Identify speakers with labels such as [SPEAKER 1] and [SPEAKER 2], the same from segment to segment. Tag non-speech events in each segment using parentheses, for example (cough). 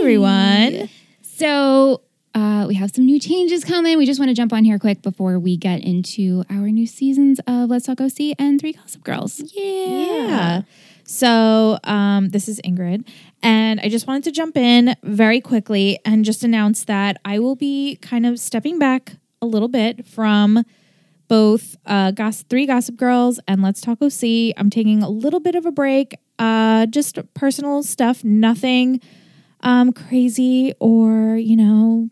[SPEAKER 1] everyone.
[SPEAKER 2] So uh, we have some new changes coming. We just want to jump on here quick before we get into our new seasons of Let's Talk OC and Three Gossip Girls.
[SPEAKER 1] Yeah. So um, this is Ingrid, and I just wanted to jump in very quickly and just announce that I will be kind of stepping back a little bit from both uh, Goss- Three Gossip Girls and Let's Talk OC. I'm taking a little bit of a break, uh, just personal stuff, nothing um, crazy or, you know,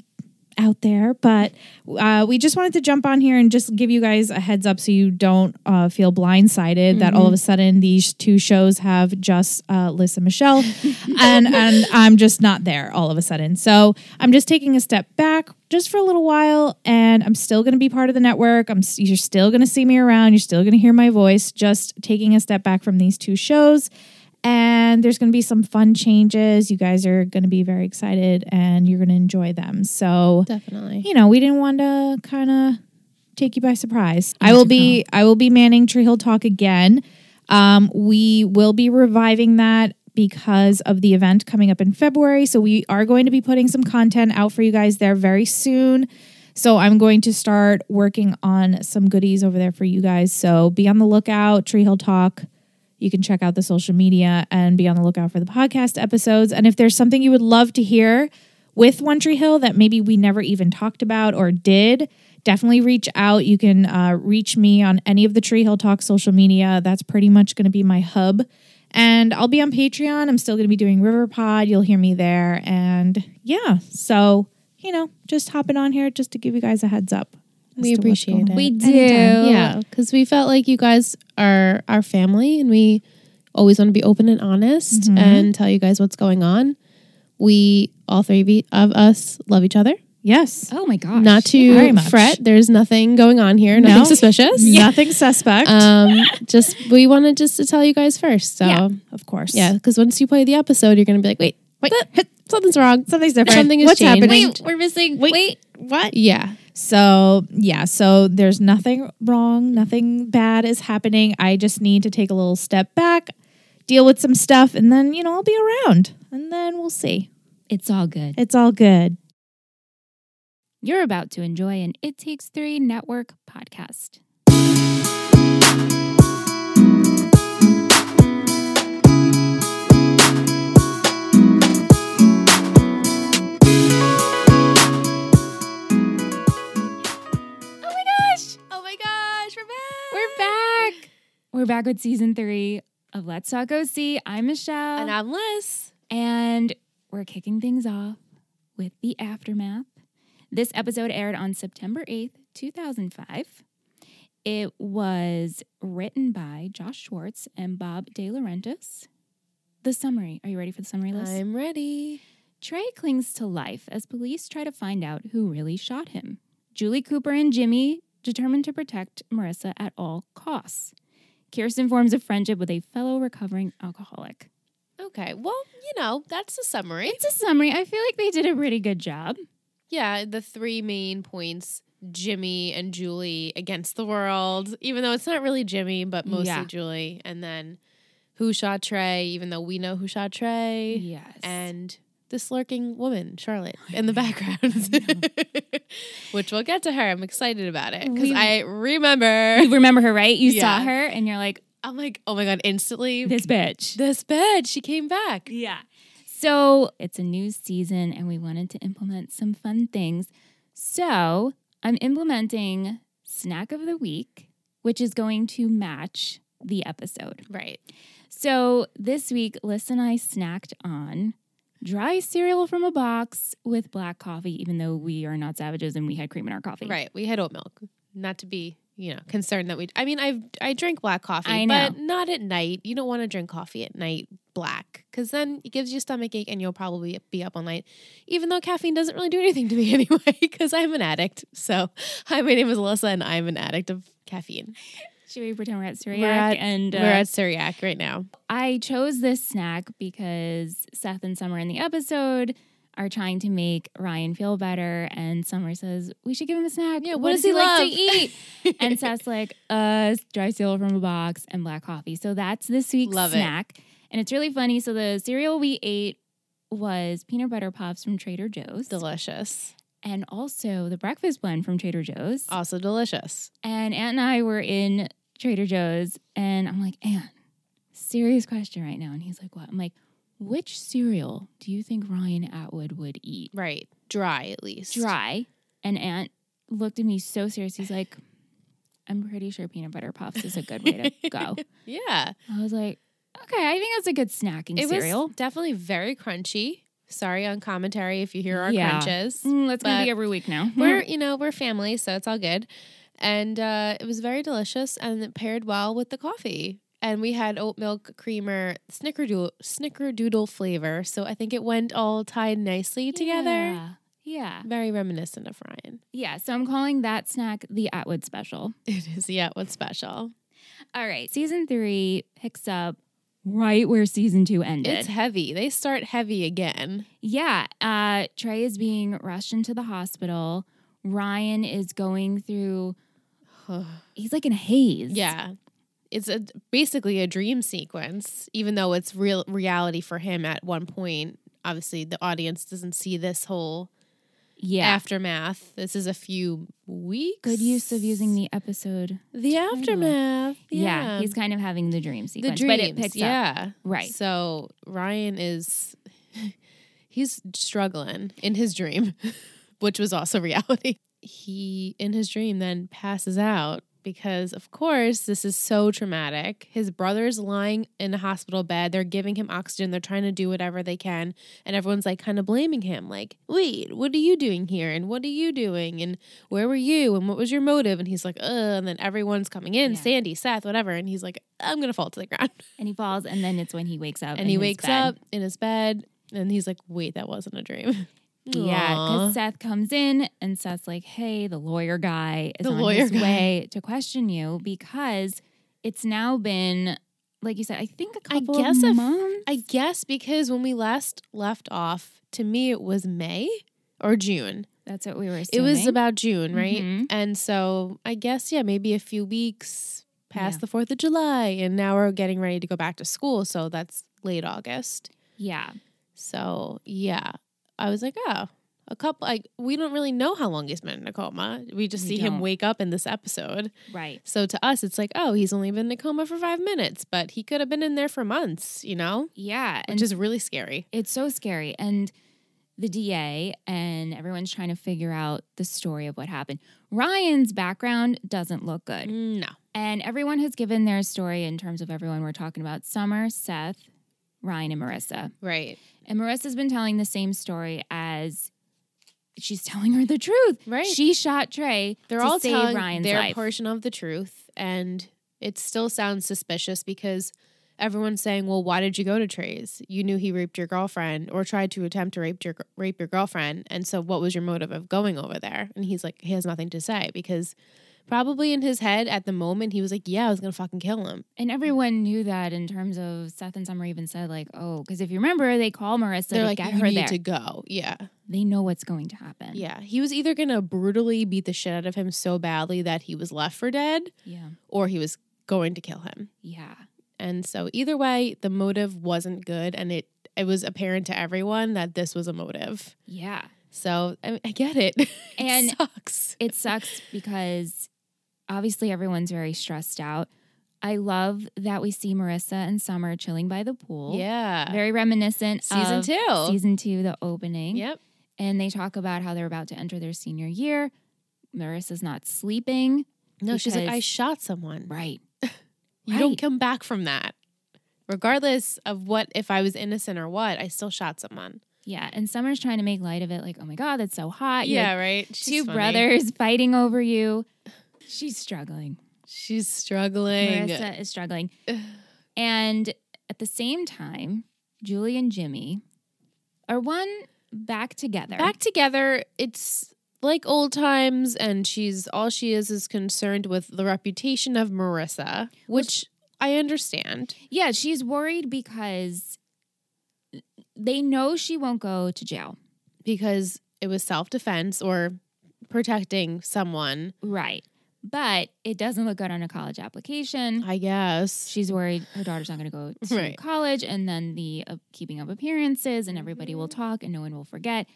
[SPEAKER 1] out there, but uh, we just wanted to jump on here and just give you guys a heads up so you don't uh, feel blindsided that all of a sudden these two shows have just uh, Liz and Michelle, and and I'm just not there all of a sudden. So I'm just taking a step back just for a little while, and I'm still going to be part of the network. I'm s- you're still going to see me around. You're still going to hear my voice. Just taking a step back from these two shows. And there's going to be some fun changes. You guys are going to be very excited and you're going to enjoy them. So,
[SPEAKER 3] Definitely.
[SPEAKER 1] you know, we didn't want to kind of take you by surprise. I will be I will be manning Tree Hill Talk again. Um, we will be reviving that because of the event coming up in February. So we are going to be putting some content out for you guys there very soon. So I'm going to start working on some goodies over there for you guys. So be on the lookout, Tree Hill Talk. You can check out the social media and be on the lookout for the podcast episodes. And if there's something you would love to hear with One Tree Hill that maybe we never even talked about or did, definitely reach out. You can uh, reach me on any of the Tree Hill Talk social media. That's pretty much going to be my hub. And I'll be on Patreon. I'm still going to be doing River Pod. You'll hear me there. And yeah, so, you know, just hopping on here just to give you guys a heads up. as
[SPEAKER 3] We
[SPEAKER 1] to what's
[SPEAKER 3] appreciate
[SPEAKER 1] going
[SPEAKER 3] it.
[SPEAKER 1] on.
[SPEAKER 2] We do.
[SPEAKER 3] Yeah, because we felt like you guys are our family, and we always want to be open and honest
[SPEAKER 1] Mm-hmm.
[SPEAKER 3] and tell you guys what's going on. We all three of e- of us love each other.
[SPEAKER 1] Yes.
[SPEAKER 3] (laughs)
[SPEAKER 2] Oh my gosh.
[SPEAKER 3] Not
[SPEAKER 1] very
[SPEAKER 3] to
[SPEAKER 1] much.
[SPEAKER 3] fret. There's nothing going on here. Nothing
[SPEAKER 1] No.
[SPEAKER 3] suspicious.
[SPEAKER 1] Nothing suspect.
[SPEAKER 3] Um, just we wanted just to tell you guys first. So
[SPEAKER 1] yeah, of course.
[SPEAKER 3] yeah, because once you play the episode, you're gonna be like, wait,
[SPEAKER 1] Wait,
[SPEAKER 3] but something's wrong.
[SPEAKER 1] something's different.
[SPEAKER 3] Something has
[SPEAKER 1] What's
[SPEAKER 3] changed.
[SPEAKER 1] happening?
[SPEAKER 2] Wait, we're missing.
[SPEAKER 1] Wait.
[SPEAKER 2] Wait. what?
[SPEAKER 3] Yeah,
[SPEAKER 1] So, yeah, so there's nothing wrong, nothing bad is happening. I just need to take a little step back, deal with some stuff, and then, you know, I'll be around and then we'll see.
[SPEAKER 2] It's all good.
[SPEAKER 1] It's all good.
[SPEAKER 2] You're about to enjoy an It Takes Three Network podcast.
[SPEAKER 3] Oh my gosh, we're back.
[SPEAKER 2] We're back. We're back with season three of Let's Talk OC. I'm Michelle.
[SPEAKER 3] And I'm Liz.
[SPEAKER 2] And we're kicking things off with the aftermath. This episode aired on September 8th, 2005. It was written by Josh Schwartz and Bob De Laurentiis. The summary. Are you ready for the summary list?
[SPEAKER 3] I'm ready.
[SPEAKER 2] Trey clings to life as police try to find out who really shot him. Julie Cooper and Jimmy determined to protect Marissa at all costs. Kirsten forms a friendship with a fellow recovering alcoholic.
[SPEAKER 3] Okay. Well, you know, that's the summary.
[SPEAKER 2] It's a summary. I feel like they did a pretty good job.
[SPEAKER 3] Yeah, the three main points Jimmy and Julie against the world, even though it's not really Jimmy, but mostly
[SPEAKER 2] Yeah.
[SPEAKER 3] Julie. And then who shot Trey, even though we know who shot Trey.
[SPEAKER 2] Yes.
[SPEAKER 3] And this lurking woman, Charlotte, in the background, (laughs) which we'll get to her. I'm excited about it because
[SPEAKER 2] We-
[SPEAKER 3] I remember.
[SPEAKER 2] you remember her, right? You
[SPEAKER 3] Yeah.
[SPEAKER 2] saw her and you're like,
[SPEAKER 3] I'm like, oh my God, instantly, this,
[SPEAKER 2] this bitch.
[SPEAKER 3] bitch, she came back.
[SPEAKER 2] Yeah. So it's a new season and we wanted to implement some fun things. So I'm implementing snack of the week, which is going to match the episode.
[SPEAKER 3] Right.
[SPEAKER 2] So this week, Liz and I snacked on dry cereal from a box with black coffee, even though we are not savages and we had cream in our coffee.
[SPEAKER 3] Right. We had oat milk. Not to be, you know, concerned that we I mean, I've I drink black coffee,
[SPEAKER 2] I
[SPEAKER 3] but not at night. You don't want to drink coffee at night black cuz then it gives you a stomach ache and you'll probably be up all night. Even though caffeine doesn't really do anything to me (laughs) anyway cuz I'm an addict. So, (laughs) hi, my name is Alyssa and I'm an addict of caffeine.
[SPEAKER 2] Should we pretend we're at Syriac?
[SPEAKER 3] We're at-
[SPEAKER 2] and uh,
[SPEAKER 3] We're at Syriac right now.
[SPEAKER 2] I chose this snack because Seth and Summer in the episode are trying to make Ryan feel better, and Summer says we should give him a snack.
[SPEAKER 3] Yeah,
[SPEAKER 2] what does he, like to eat?
[SPEAKER 3] (laughs)
[SPEAKER 2] and Seth's like, uh, dry cereal from a box and black coffee. So that's this week's
[SPEAKER 3] Love it.
[SPEAKER 2] snack, and it's really funny. So the cereal we ate was peanut butter pops from Trader Joe's
[SPEAKER 3] Delicious.
[SPEAKER 2] and also the breakfast blend from Trader Joe's.
[SPEAKER 3] Also delicious.
[SPEAKER 2] And Aunt and I were in Trader Joe's, and I'm like, Aunt, serious question right now. And he's like, What? I'm like, Which cereal do you think Ryan Atwood would eat?
[SPEAKER 3] Right. Dry at least.
[SPEAKER 2] Dry. And Aunt looked at me so serious. He's like, I'm pretty sure peanut butter puffs is a good way
[SPEAKER 3] (laughs)
[SPEAKER 2] to go.
[SPEAKER 3] Yeah.
[SPEAKER 2] I was like, Okay, I think that's a good snacking
[SPEAKER 3] It
[SPEAKER 2] cereal.
[SPEAKER 3] was definitely very crunchy. Sorry on commentary if you hear our
[SPEAKER 2] Yeah.
[SPEAKER 3] crunches.
[SPEAKER 2] Mm, that's going
[SPEAKER 3] but
[SPEAKER 2] to be every week now. (laughs)
[SPEAKER 3] We're, you know, we're family, so it's all good. And uh, it was very delicious and it paired well with the coffee. And we had oat milk creamer, snickerdoodle, snickerdoodle flavor. So I think it went all tied nicely together.
[SPEAKER 2] Yeah. yeah.
[SPEAKER 3] Very reminiscent of Ryan.
[SPEAKER 2] Yeah. So I'm calling that snack the Atwood special.
[SPEAKER 3] It is, (laughs) yeah, what's special?
[SPEAKER 2] All right, season three picks up right where season two ended.
[SPEAKER 3] It's heavy. They start heavy again.
[SPEAKER 2] yeah, uh, Trey is being rushed into the hospital. Ryan is going through. He's like in a haze.
[SPEAKER 3] Yeah. It's a, basically a dream sequence, even though it's real reality for him at one point. Obviously, the audience doesn't see this whole
[SPEAKER 2] yeah.
[SPEAKER 3] aftermath. This is a few weeks.
[SPEAKER 2] Good use of using the episode.
[SPEAKER 3] the aftermath.
[SPEAKER 2] Yeah.
[SPEAKER 3] Yeah,
[SPEAKER 2] he's kind of having the dream
[SPEAKER 3] the
[SPEAKER 2] sequence,
[SPEAKER 3] dreams.
[SPEAKER 2] but it picks up.
[SPEAKER 3] yeah,
[SPEAKER 2] Right.
[SPEAKER 3] So Ryan is (laughs) he's struggling in his dream, (laughs) which was also (laughs) reality. He in his dream then passes out because of course this is so traumatic. His brother's lying in a hospital bed. They're giving him oxygen. They're trying to do whatever they can, and everyone's like kind of blaming him. Like, wait, what are you doing here? And what are you doing? And where were you? And what was your motive? And he's like, ugh. And then everyone's coming in,
[SPEAKER 2] Yeah.
[SPEAKER 3] Sandy, Seth, whatever. And he's like, I'm gonna fall to the ground
[SPEAKER 2] And he falls, and then it's when he wakes up.
[SPEAKER 3] and
[SPEAKER 2] in
[SPEAKER 3] he
[SPEAKER 2] his
[SPEAKER 3] wakes
[SPEAKER 2] bed.
[SPEAKER 3] up in his bed and he's like wait that wasn't a dream (laughs)
[SPEAKER 2] Yeah,
[SPEAKER 3] Aw.
[SPEAKER 2] because Seth comes in and Seth's like, "Hey, the lawyer guy is
[SPEAKER 3] The
[SPEAKER 2] on
[SPEAKER 3] lawyer
[SPEAKER 2] his
[SPEAKER 3] guy.
[SPEAKER 2] way to question you because it's now been, like you said, I think a
[SPEAKER 3] I
[SPEAKER 2] couple
[SPEAKER 3] guess a
[SPEAKER 2] of
[SPEAKER 3] f-
[SPEAKER 2] months.
[SPEAKER 3] i guess because when we last left off to me it was may or june
[SPEAKER 2] That's what we were.
[SPEAKER 3] it
[SPEAKER 2] Assuming.
[SPEAKER 3] was about june right
[SPEAKER 2] Mhm.
[SPEAKER 3] and so i guess yeah maybe a few weeks past
[SPEAKER 2] Yeah.
[SPEAKER 3] the fourth of july and now we're getting ready to go back to school so that's late august
[SPEAKER 2] yeah,
[SPEAKER 3] so yeah i was like oh a couple like we don't really know how long he's been in a coma we just
[SPEAKER 2] We
[SPEAKER 3] see him
[SPEAKER 2] don't.
[SPEAKER 3] wake up in this episode
[SPEAKER 2] right.
[SPEAKER 3] So to us, it's like, oh, he's only been in a coma for five minutes, but he could have been in there for months, you know,
[SPEAKER 2] Yeah,
[SPEAKER 3] which is really scary.
[SPEAKER 2] It's so scary. And the DA and everyone's trying to figure out the story of what happened. Ryan's background doesn't look good.
[SPEAKER 3] No.
[SPEAKER 2] And everyone has given their story in terms of everyone we're talking about Summer, Seth, Ryan, and Marissa.
[SPEAKER 3] Right.
[SPEAKER 2] And Marissa's been telling the same story as she's (laughs) telling her the truth.
[SPEAKER 3] Right.
[SPEAKER 2] She shot Trey.
[SPEAKER 3] They're
[SPEAKER 2] to
[SPEAKER 3] all
[SPEAKER 2] save
[SPEAKER 3] telling
[SPEAKER 2] Ryan's
[SPEAKER 3] their
[SPEAKER 2] life.
[SPEAKER 3] portion of the truth, and it still sounds suspicious because everyone's saying, "Well, why did you go to Trey's? You knew he raped your girlfriend or tried to attempt to rape your rape your girlfriend, and so what was your motive of going over there?" And he's like, he has nothing to say because probably in his head at the moment he was like, "Yeah, I was gonna fucking kill him."
[SPEAKER 2] And everyone knew that in terms of Seth and Summer even said, like, oh, because if you remember, they call Marissa
[SPEAKER 3] They're
[SPEAKER 2] to
[SPEAKER 3] like,
[SPEAKER 2] get
[SPEAKER 3] "You
[SPEAKER 2] her
[SPEAKER 3] need
[SPEAKER 2] there.
[SPEAKER 3] to go." Yeah.
[SPEAKER 2] They know what's going to happen.
[SPEAKER 3] Yeah, he was either going to brutally beat the shit out of him so badly that he was left for dead
[SPEAKER 2] Yeah.
[SPEAKER 3] or he was going to kill him.
[SPEAKER 2] Yeah.
[SPEAKER 3] And so either way, the motive wasn't good and it it was apparent to everyone that this was a motive.
[SPEAKER 2] Yeah.
[SPEAKER 3] So I, I get it. (laughs) it
[SPEAKER 2] And-
[SPEAKER 3] sucks.
[SPEAKER 2] It sucks because obviously everyone's very stressed out. I love that we see Marissa and Summer chilling by the pool.
[SPEAKER 3] Yeah.
[SPEAKER 2] Very um, reminiscent
[SPEAKER 3] Season
[SPEAKER 2] of
[SPEAKER 3] two.
[SPEAKER 2] Season two, the opening.
[SPEAKER 3] yep.
[SPEAKER 2] and they talk about how they're about to enter their senior year. Marissa's not sleeping.
[SPEAKER 3] No, she's like,
[SPEAKER 2] Because-
[SPEAKER 3] I shot someone.
[SPEAKER 2] Right.
[SPEAKER 3] You don't
[SPEAKER 2] Right.
[SPEAKER 3] come back from that. Regardless of what, if I was innocent or what, I still shot someone.
[SPEAKER 2] Yeah. And Summer's trying to make light of it, like, oh my God, that's so hot. You have
[SPEAKER 3] right.
[SPEAKER 2] Two
[SPEAKER 3] She's funny.
[SPEAKER 2] brothers fighting over you. She's struggling.
[SPEAKER 3] She's struggling.
[SPEAKER 2] Marissa is struggling. and at the same time, Julie and Jimmy are one back together.
[SPEAKER 3] back together. It's like old times, and she's all she is is concerned with the reputation of Marissa, which I understand.
[SPEAKER 2] yeah, she's worried because they know she won't go to jail.
[SPEAKER 3] because it was self defense or protecting someone.
[SPEAKER 2] Right. but it doesn't look good on her college application.
[SPEAKER 3] I guess.
[SPEAKER 2] She's worried her daughter's not going to go to
[SPEAKER 3] Right.
[SPEAKER 2] college, and then the uh, keeping up appearances, and everybody will talk, and no one will forget.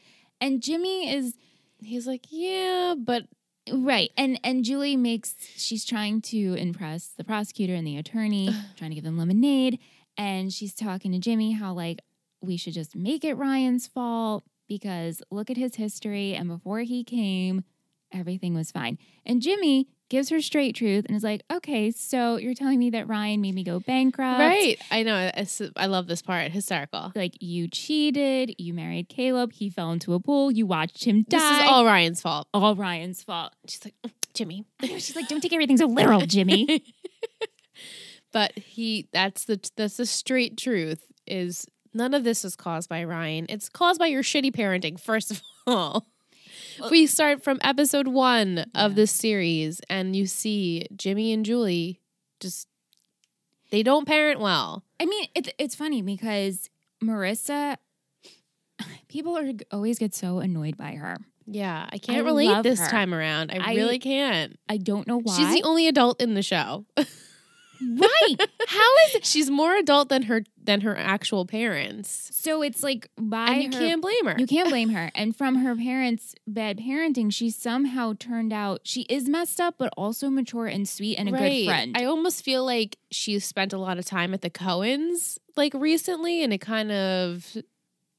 [SPEAKER 2] And Jimmy is
[SPEAKER 3] He's like, yeah, but
[SPEAKER 2] Right. And and Julie makes she's trying to impress the prosecutor and the attorney, trying to give them lemonade, and she's talking to Jimmy how like we should just make it Ryan's fault because look at his history and before he came, everything was fine. And Jimmy gives her straight truth and is like, "Okay, so you're telling me that Ryan made me go bankrupt."
[SPEAKER 3] right. I know. It's, I love this part. Hysterical.
[SPEAKER 2] Like you cheated, you married Caleb, he fell into a pool, you watched him die.
[SPEAKER 3] This is all Ryan's fault.
[SPEAKER 2] all Ryan's fault.
[SPEAKER 3] She's like, Jimmy.
[SPEAKER 2] She's like, "Don't take everything so literal, Jimmy." (laughs)
[SPEAKER 3] But he that's the that's the straight truth is none of this is caused by Ryan. It's caused by your shitty parenting, first of (laughs) all.
[SPEAKER 2] Well-
[SPEAKER 3] we start from episode one
[SPEAKER 2] Yeah.
[SPEAKER 3] of this series and you see Jimmy and Julie just they don't parent well.
[SPEAKER 2] I mean, it, it's funny because Marissa, people are always get so annoyed by her.
[SPEAKER 3] Yeah, I can't
[SPEAKER 2] I love
[SPEAKER 3] relate this
[SPEAKER 2] her.
[SPEAKER 3] time around. I,
[SPEAKER 2] I-
[SPEAKER 3] really can't.
[SPEAKER 2] I don't know why.
[SPEAKER 3] She's the only adult in the show.
[SPEAKER 2] (laughs) right. How is it?
[SPEAKER 3] (laughs) She's more adult than her than her actual parents.
[SPEAKER 2] So it's like by
[SPEAKER 3] And you
[SPEAKER 2] her-
[SPEAKER 3] can't blame her.
[SPEAKER 2] you can't blame her. And from her parents' bad parenting, she somehow turned out she is messed up, but also mature and sweet and a good friend.
[SPEAKER 3] I almost feel like she spent a lot of time at the Cohens like recently, and it kind of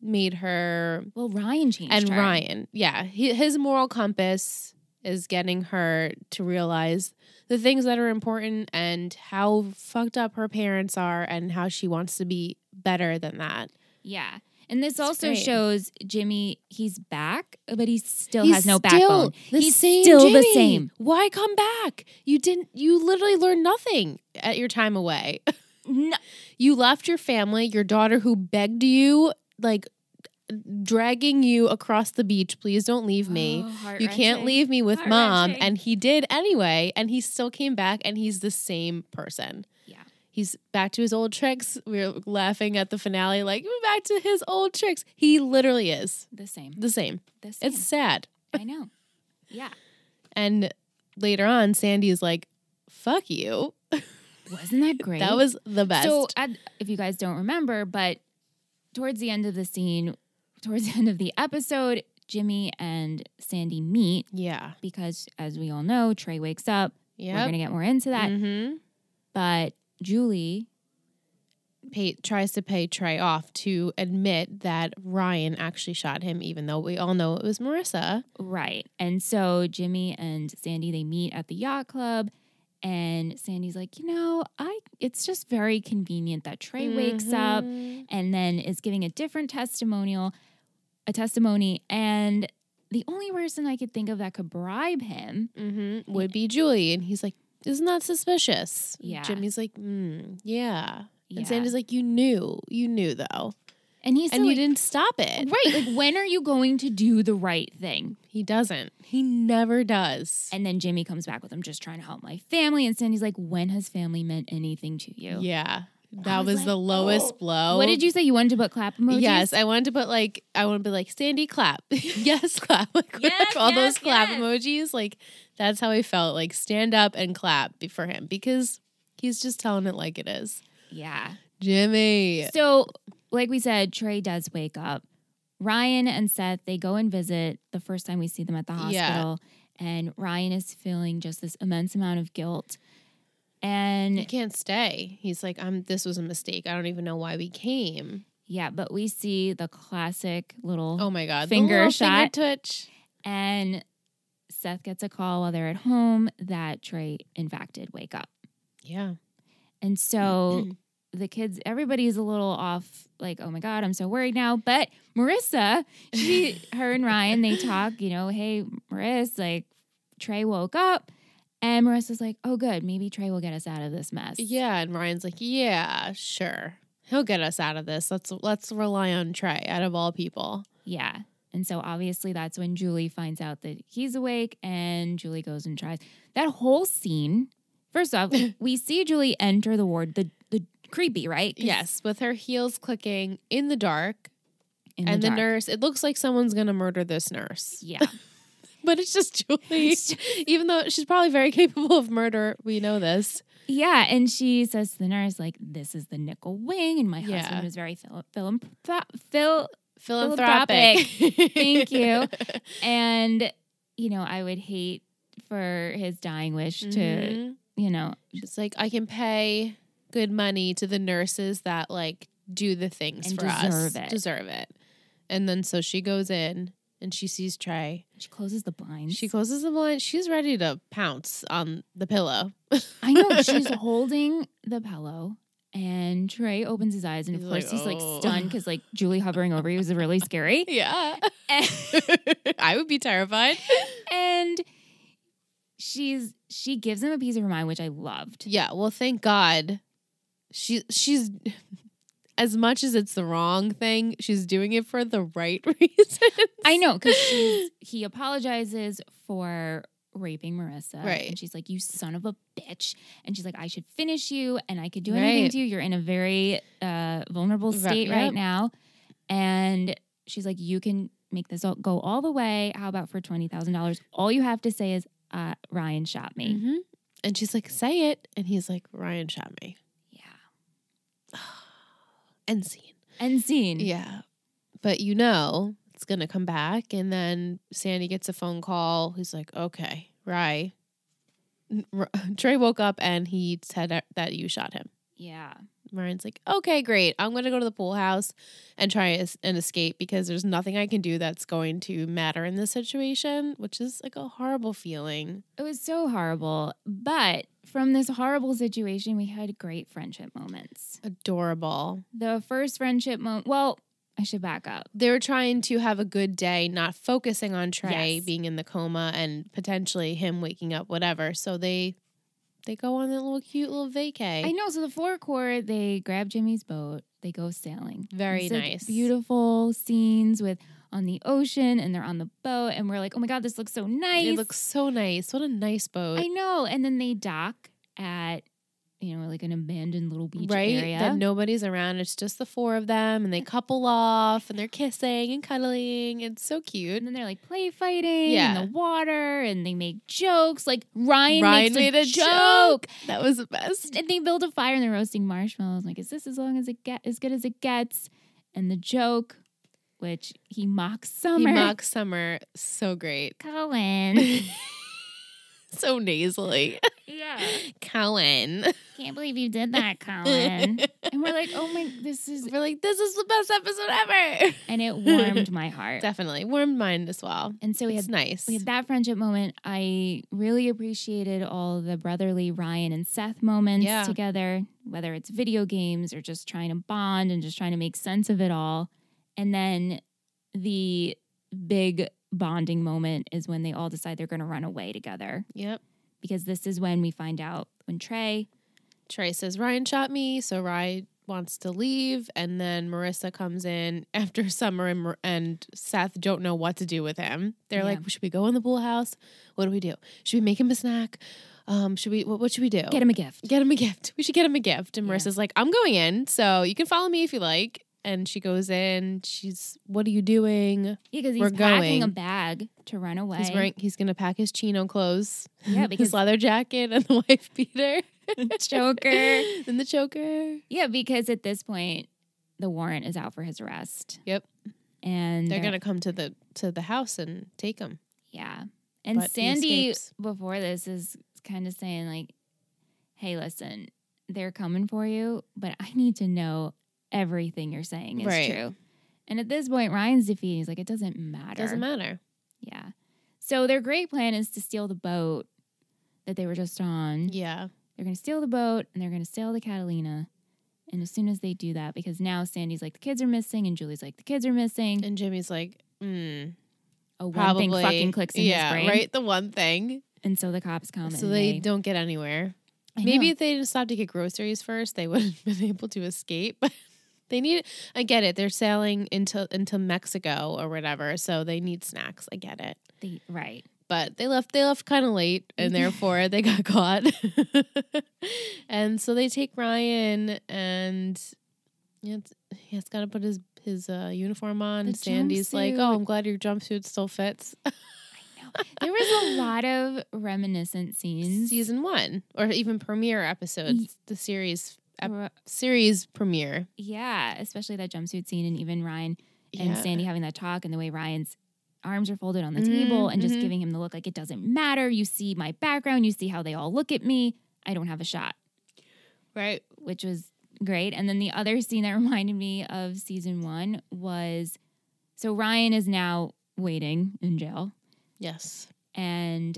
[SPEAKER 3] made her
[SPEAKER 2] well, Ryan changed
[SPEAKER 3] and
[SPEAKER 2] her.
[SPEAKER 3] Ryan. Yeah, he, his moral compass is getting her to realize the things that are important and how fucked up her parents are, and how she wants to be better than that.
[SPEAKER 2] Yeah. And this
[SPEAKER 3] It's
[SPEAKER 2] also
[SPEAKER 3] great.
[SPEAKER 2] Shows Jimmy he's back, but he still
[SPEAKER 3] He's
[SPEAKER 2] has no
[SPEAKER 3] still
[SPEAKER 2] backbone.
[SPEAKER 3] the
[SPEAKER 2] He's
[SPEAKER 3] same
[SPEAKER 2] still the
[SPEAKER 3] Jimmy.
[SPEAKER 2] same.
[SPEAKER 3] Why come back? You didn't. You literally learned nothing at your time away.
[SPEAKER 2] No,
[SPEAKER 3] You left your family, your daughter who begged you, like dragging you across the beach, please don't leave me.
[SPEAKER 2] (gasps) Oh,
[SPEAKER 3] You can't
[SPEAKER 2] heart-wrenching.
[SPEAKER 3] leave me with mom.
[SPEAKER 2] Heart-wrenching.
[SPEAKER 3] And he did anyway. And he still came back and he's the same person.
[SPEAKER 2] Yeah.
[SPEAKER 3] He's back to his old tricks. We are laughing at the finale, like, "You're back to his old tricks. He literally is
[SPEAKER 2] The same.
[SPEAKER 3] the same.
[SPEAKER 2] The same.
[SPEAKER 3] It's sad.
[SPEAKER 2] I know. Yeah.
[SPEAKER 3] And later on, Sandy is like, fuck you.
[SPEAKER 2] Wasn't that great?
[SPEAKER 3] That was the best.
[SPEAKER 2] So, at, if you guys don't remember, but towards the end of the scene, towards the (laughs) end of the episode, Jimmy and Sandy meet
[SPEAKER 3] yeah.
[SPEAKER 2] because, as we all know, Trey wakes up. We're
[SPEAKER 3] Yeah.
[SPEAKER 2] going to get more into that.
[SPEAKER 3] Mm-hmm.
[SPEAKER 2] But Julie,
[SPEAKER 3] pay, tries to pay Trey off to admit that Ryan actually shot him, even though we all know it was Marissa.
[SPEAKER 2] right. And so Jimmy and Sandy, they meet at the yacht club. And Sandy's like, you know, I it's just very convenient that Trey
[SPEAKER 3] Mm-hmm.
[SPEAKER 2] wakes up and then is giving a different testimonial, a testimony, and the only person I could think of that could bribe him.
[SPEAKER 3] hmm would be Julie, and he's like, "Isn't that suspicious?"
[SPEAKER 2] Yeah.
[SPEAKER 3] Jimmy's like, mm, "Yeah."
[SPEAKER 2] Yeah.
[SPEAKER 3] And Sandy's like, "You knew, you knew though,
[SPEAKER 2] and he's
[SPEAKER 3] and
[SPEAKER 2] still
[SPEAKER 3] you didn't stop it."
[SPEAKER 2] like, right. Like, when are you going to do the right thing?
[SPEAKER 3] He doesn't. He never does.
[SPEAKER 2] And then Jimmy comes back with, "I'm just trying to help my family." And Sandy's like, "When has family meant anything to you?
[SPEAKER 3] yeah,
[SPEAKER 2] I
[SPEAKER 3] that
[SPEAKER 2] was "Oh."
[SPEAKER 3] was, the lowest blow.
[SPEAKER 2] What did you say? You wanted to put clap emojis?
[SPEAKER 3] Yes, I wanted to put like I want to be like Sandy clap, (laughs) yes clap, (laughs) like
[SPEAKER 2] Yes,
[SPEAKER 3] all
[SPEAKER 2] yes,
[SPEAKER 3] those clap
[SPEAKER 2] yes.
[SPEAKER 3] emojis. Like that's how I felt. Like stand up and clap be- for him because he's just telling it like it is.
[SPEAKER 2] Yeah.
[SPEAKER 3] Jimmy,
[SPEAKER 2] So, like we said, Trey does wake up. Ryan and Seth, they go and visit the first time we see them at the
[SPEAKER 3] Yeah.
[SPEAKER 2] hospital. And Ryan is feeling just this immense amount of guilt.
[SPEAKER 3] he
[SPEAKER 2] And
[SPEAKER 3] can't stay. He's like, I'm. This was a mistake. I don't even know why we came.
[SPEAKER 2] yeah, but we see the classic little.
[SPEAKER 3] Oh my god, The
[SPEAKER 2] Finger
[SPEAKER 3] little
[SPEAKER 2] shot.
[SPEAKER 3] finger touch.
[SPEAKER 2] And Seth gets a call while they're at home that Trey, in fact, did wake up.
[SPEAKER 3] Yeah,
[SPEAKER 2] And so
[SPEAKER 3] Mm-hmm.
[SPEAKER 2] the kids, everybody's a little off, like, oh my God, I'm so worried now. But Marissa,
[SPEAKER 3] (laughs)
[SPEAKER 2] she, her and Ryan, they talk, you know, hey, Maris, like, Trey woke up. And Marissa's like, oh, good, maybe Trey will get us out of this mess.
[SPEAKER 3] yeah. And Ryan's like, Yeah, sure. He'll get us out of this. Let's let's rely on Trey. Out of all people,
[SPEAKER 2] Yeah. And so obviously that's when Julie finds out that he's awake and Julie goes and tries. That whole scene, first
[SPEAKER 3] (laughs)
[SPEAKER 2] off, we see Julie enter the ward, the, the creepy, right? 'Cause
[SPEAKER 3] yes, with her heels clicking in the dark.
[SPEAKER 2] In
[SPEAKER 3] and the
[SPEAKER 2] dark.
[SPEAKER 3] nurse it looks like someone's gonna murder this nurse
[SPEAKER 2] Yeah.
[SPEAKER 3] (laughs) but it's
[SPEAKER 2] (laughs)
[SPEAKER 3] just Julie. (laughs) Even though she's probably very (laughs) capable of murder, we know this.
[SPEAKER 2] Yeah, and she says to the nurse, like, this is the nickel wing, and my
[SPEAKER 3] Yeah.
[SPEAKER 2] husband was very phil- phil- phil-
[SPEAKER 3] Philanthropic.
[SPEAKER 2] (laughs) Thank
[SPEAKER 3] (laughs)
[SPEAKER 2] you. and you know, I would hate for his dying wish to,
[SPEAKER 3] Mhm.
[SPEAKER 2] you know,
[SPEAKER 3] She's like, I can pay good money to the nurses that like do the things
[SPEAKER 2] And
[SPEAKER 3] for us.
[SPEAKER 2] deserve it.
[SPEAKER 3] Deserve it. And then so she goes in and she sees Trey.
[SPEAKER 2] she closes the blinds.
[SPEAKER 3] She closes the blind. She's ready to pounce on
[SPEAKER 2] (laughs)
[SPEAKER 3] the pillow.
[SPEAKER 2] I know she's
[SPEAKER 3] (laughs)
[SPEAKER 2] holding the pillow, and Trey opens his eyes, and of
[SPEAKER 3] He's
[SPEAKER 2] course
[SPEAKER 3] like,
[SPEAKER 2] he's like
[SPEAKER 3] "Oh."
[SPEAKER 2] stunned because like Julie hovering over you was
[SPEAKER 3] (laughs)
[SPEAKER 2] really scary.
[SPEAKER 3] Yeah.
[SPEAKER 2] And,
[SPEAKER 3] I would be terrified.
[SPEAKER 2] and she's she gives him a piece of her mind, which I loved.
[SPEAKER 3] Yeah, well, thank God. She she's (laughs) as much as it's the wrong thing, she's doing it for the right (laughs) reasons.
[SPEAKER 2] I know because he apologizes for raping Marissa,
[SPEAKER 3] Right.
[SPEAKER 2] And she's like, "You son of a bitch," and she's like, "I should finish you, and I could do anything
[SPEAKER 3] Right.
[SPEAKER 2] to you. You're in a very uh, vulnerable
[SPEAKER 3] Right,
[SPEAKER 2] state
[SPEAKER 3] yep.
[SPEAKER 2] right now," and she's like, "You can make this all go all the way. How about for twenty thousand dollars? All you have to say is." Uh, Ryan shot me.
[SPEAKER 3] Mhm. And she's like, "Say it," and he's like, "Ryan shot
[SPEAKER 2] (sighs)
[SPEAKER 3] me."
[SPEAKER 2] Yeah.
[SPEAKER 3] And scene.
[SPEAKER 2] End scene.
[SPEAKER 3] Yeah, but you know it's gonna come back, and then Sandy gets a phone call. He's like, "Okay, Rye." R- (laughs) Trey woke up and he said that you shot him.
[SPEAKER 2] Yeah.
[SPEAKER 3] Ryan's like, okay, great. I'm going to go to the pool house and try es- and escape because there's nothing I can do that's going to matter in this situation, which is like a horrible feeling.
[SPEAKER 2] It was so horrible. But from this horrible situation, we had great friendship moments.
[SPEAKER 3] Adorable.
[SPEAKER 2] The first friendship moment. Well, I should back up.
[SPEAKER 3] They were trying to have a good day, not focusing on Trey
[SPEAKER 2] Yes.
[SPEAKER 3] being in the coma and potentially him waking up, whatever. So they they go on that little cute little vacay.
[SPEAKER 2] I know. So the four core, they grab Jimmy's boat. They go sailing.
[SPEAKER 3] Very
[SPEAKER 2] It's, like,
[SPEAKER 3] nice.
[SPEAKER 2] beautiful scenes with on the ocean, and they're on the boat, and we're like, oh my god, this looks so nice.
[SPEAKER 3] It looks so nice. What a nice boat.
[SPEAKER 2] I know. And then they dock at, you know, like an abandoned little beach
[SPEAKER 3] right?
[SPEAKER 2] area.
[SPEAKER 3] That nobody's around. It's just the four of them and they couple off and they're kissing and cuddling. It's so cute.
[SPEAKER 2] and then they're like play fighting
[SPEAKER 3] Yeah.
[SPEAKER 2] in the water, and they make jokes. Like Ryan,
[SPEAKER 3] Ryan
[SPEAKER 2] makes
[SPEAKER 3] made
[SPEAKER 2] a,
[SPEAKER 3] a
[SPEAKER 2] joke.
[SPEAKER 3] That was the best.
[SPEAKER 2] and they build a fire and they're roasting marshmallows. like, is this as long as it get as good as it gets? And the joke, which he mocks
[SPEAKER 3] He
[SPEAKER 2] Summer,
[SPEAKER 3] mocks Summer so great. (laughs)
[SPEAKER 2] Colin.
[SPEAKER 3] So nasally.
[SPEAKER 2] yeah,
[SPEAKER 3] Colin.
[SPEAKER 2] can't believe you did that, Colin. and we're like, oh my, this is,
[SPEAKER 3] (laughs) We're like, this is the best episode
[SPEAKER 2] (laughs)
[SPEAKER 3] ever.
[SPEAKER 2] and it warmed my heart.
[SPEAKER 3] Definitely. Warmed mine as well.
[SPEAKER 2] And so we
[SPEAKER 3] It's
[SPEAKER 2] had
[SPEAKER 3] nice.
[SPEAKER 2] we had that friendship moment. I really appreciated all the brotherly Ryan and Seth moments
[SPEAKER 3] Yeah.
[SPEAKER 2] together, whether it's video games or just trying to bond and just trying to make sense of it all. And then the big bonding moment is when they all decide they're going to run away together
[SPEAKER 3] yep.
[SPEAKER 2] because this is when we find out when Trey
[SPEAKER 3] Trey says, Ryan shot me. So Ryan wants to leave. And then Marissa comes in (laughs) after Summer and, Mar- and Seth don't know what to do with him. They're
[SPEAKER 2] Yeah.
[SPEAKER 3] like, should we go in the pool house? What do we do? Should we make him a snack? Um, should we, what, what should we do?
[SPEAKER 2] get him a gift.
[SPEAKER 3] get him a gift. We should get him a gift. And
[SPEAKER 2] Yeah.
[SPEAKER 3] Marissa's like, I'm going in, so you can follow me if you like. And she goes in. She's, what are you doing?
[SPEAKER 2] Yeah, because he's
[SPEAKER 3] We're
[SPEAKER 2] packing
[SPEAKER 3] going.
[SPEAKER 2] a bag to run away.
[SPEAKER 3] He's wearing. He's gonna pack his chino clothes.
[SPEAKER 2] Yeah, because-
[SPEAKER 3] (laughs) his leather jacket and the (laughs) wife beater,
[SPEAKER 2] choker.
[SPEAKER 3] (laughs) and the choker.
[SPEAKER 2] Yeah, because at this point, the warrant is out for his arrest.
[SPEAKER 3] Yep.
[SPEAKER 2] And
[SPEAKER 3] They're gonna come to the to the house and take him.
[SPEAKER 2] Yeah. And
[SPEAKER 3] But he
[SPEAKER 2] Sandy
[SPEAKER 3] escapes.
[SPEAKER 2] before this is kind of saying like, "Hey, listen, they're coming for you, but I need to know everything you're saying is
[SPEAKER 3] Right.
[SPEAKER 2] true." And at this point, Ryan's defeated. He's like, "It doesn't matter."
[SPEAKER 3] Doesn't matter.
[SPEAKER 2] Yeah. So their great plan is to steal the boat that they were just on.
[SPEAKER 3] Yeah,
[SPEAKER 2] They're going to steal the boat and they're going to sail to Catalina. And as soon as they do that, because now Sandy's like the kids are missing, and Julie's like the kids are missing.
[SPEAKER 3] and Jimmy's like, mm,
[SPEAKER 2] Oh, one
[SPEAKER 3] probably
[SPEAKER 2] thing fucking clicks in
[SPEAKER 3] yeah,
[SPEAKER 2] his brain,
[SPEAKER 3] right. The one thing,
[SPEAKER 2] And so the cops come.
[SPEAKER 3] so
[SPEAKER 2] and
[SPEAKER 3] they, don't get anywhere.
[SPEAKER 2] I know.
[SPEAKER 3] Maybe if they didn't stop to get groceries first, they (laughs) would have been able to escape. But they need. I get it. They're sailing into into Mexico or whatever, so they need snacks. I get it.
[SPEAKER 2] They, right.
[SPEAKER 3] But they left. They left kind of late,
[SPEAKER 2] (laughs)
[SPEAKER 3] and therefore they got caught. (laughs) and so they take Ryan, and it's, he's got to put his his uh, uniform on.
[SPEAKER 2] The
[SPEAKER 3] Sandy's like,
[SPEAKER 2] jumpsuit.
[SPEAKER 3] "Oh, I'm glad your jumpsuit still fits." (laughs)
[SPEAKER 2] No, There was a lot of reminiscent scenes.
[SPEAKER 3] (laughs) season one or even premiere episodes, the series ep-
[SPEAKER 2] Ru-
[SPEAKER 3] series premiere.
[SPEAKER 2] Yeah, especially that jumpsuit scene and even Ryan and
[SPEAKER 3] Yeah.
[SPEAKER 2] Sandy having that talk and the way Ryan's arms are folded on the table and just
[SPEAKER 3] Mhm.
[SPEAKER 2] giving him the look like it doesn't matter. You see my background, you see how they all look at me. I don't have a shot,
[SPEAKER 3] Right.
[SPEAKER 2] which was great. And then the other scene that (laughs) reminded me of season 1 was so Ryan is now waiting in jail
[SPEAKER 3] Yes.
[SPEAKER 2] and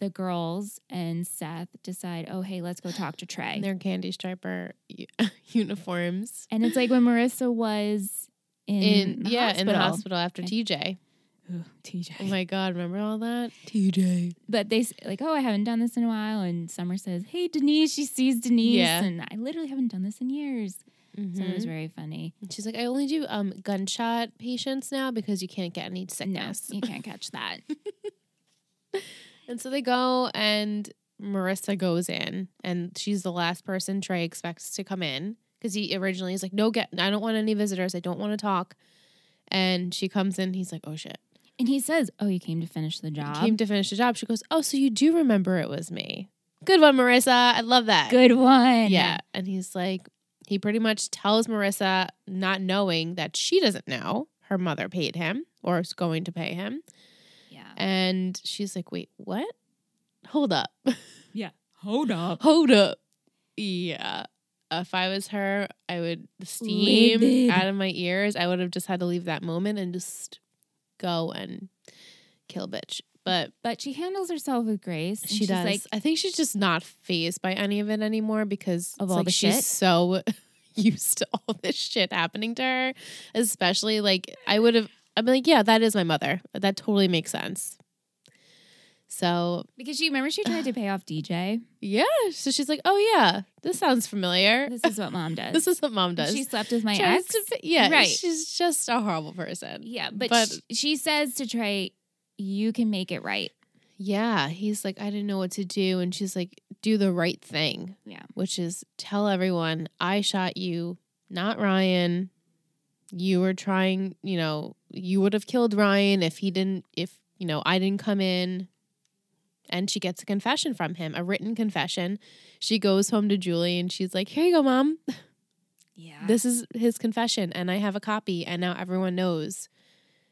[SPEAKER 2] the girls and Seth decide, "Oh, hey, let's go talk to Trey."
[SPEAKER 3] And their candy striper u- (laughs) uniforms.
[SPEAKER 2] And it's like when Marissa was in,
[SPEAKER 3] In,
[SPEAKER 2] the
[SPEAKER 3] yeah, in the
[SPEAKER 2] hospital.
[SPEAKER 3] hospital after
[SPEAKER 2] I-
[SPEAKER 3] TJ. Oh
[SPEAKER 2] TJ.
[SPEAKER 3] my God, remember all that? TJ.
[SPEAKER 2] But they s- like, oh, I haven't done this in a while. And Summer says, hey, Denise. She sees Denise,
[SPEAKER 3] Yeah. Mm-hmm.
[SPEAKER 2] and I literally haven't done this in years. So it was very funny.
[SPEAKER 3] And She's like, I only do um, gunshot patients now because you can't get any
[SPEAKER 2] No,
[SPEAKER 3] sickness.
[SPEAKER 2] you can't catch that.
[SPEAKER 3] And so they go, and Marissa goes in, and she's the last person Trey expects to come in because he originally is like, "No, get, I don't want any visitors. I don't want to talk." And she comes in. He's like, "Oh shit!"
[SPEAKER 2] and he says, oh, you came to finish the job.
[SPEAKER 3] Came to finish the job. She goes, "Oh, so you do remember it was me? Good one, Marissa. I love that.
[SPEAKER 2] Good one.
[SPEAKER 3] yeah." And he's like, he pretty much tells Marissa, not knowing that she doesn't know her mother paid him or is going to pay him,
[SPEAKER 2] Yeah.
[SPEAKER 3] and she's like, "Wait, what? Hold up." (laughs)
[SPEAKER 2] Hold up.
[SPEAKER 3] Hold up. Yeah. If I was her, I would the steam
[SPEAKER 2] Livid.
[SPEAKER 3] out of my ears. I would have just had to leave that moment and just go and kill bitch. But
[SPEAKER 2] But she handles herself with grace. and
[SPEAKER 3] she
[SPEAKER 2] she's
[SPEAKER 3] does.
[SPEAKER 2] like,
[SPEAKER 3] I think she's just not phased by any of it anymore because
[SPEAKER 2] Of
[SPEAKER 3] it's
[SPEAKER 2] all
[SPEAKER 3] like
[SPEAKER 2] the
[SPEAKER 3] she's
[SPEAKER 2] shit?
[SPEAKER 3] so (laughs) used to all this shit happening to her. Especially like I would have I'd be like, yeah, that is my mother. That totally makes sense. So
[SPEAKER 2] because she remember she tried to pay off DJ.
[SPEAKER 3] yeah. So she's like, oh yeah, this sounds familiar.
[SPEAKER 2] This is what mom does.
[SPEAKER 3] (laughs) This is what mom does.
[SPEAKER 2] She slept with my
[SPEAKER 3] Tries
[SPEAKER 2] ex.
[SPEAKER 3] to fi- yeah,
[SPEAKER 2] Right.
[SPEAKER 3] She's just a horrible person.
[SPEAKER 2] yeah, but,
[SPEAKER 3] but-
[SPEAKER 2] sh- she says to Trey, you can make it right.
[SPEAKER 3] Yeah, he's like, I didn't know what to do, and she's like, do the right thing.
[SPEAKER 2] Yeah.
[SPEAKER 3] which is tell everyone I shot you, not Ryan. You were trying, you know, you would have killed Ryan if he didn't, if you know, I didn't come in. And she gets a confession from him, a written confession. She goes home to Julie and she's like, Here you go, mom.
[SPEAKER 2] Yeah.
[SPEAKER 3] this is his confession and i have a copy and now everyone knows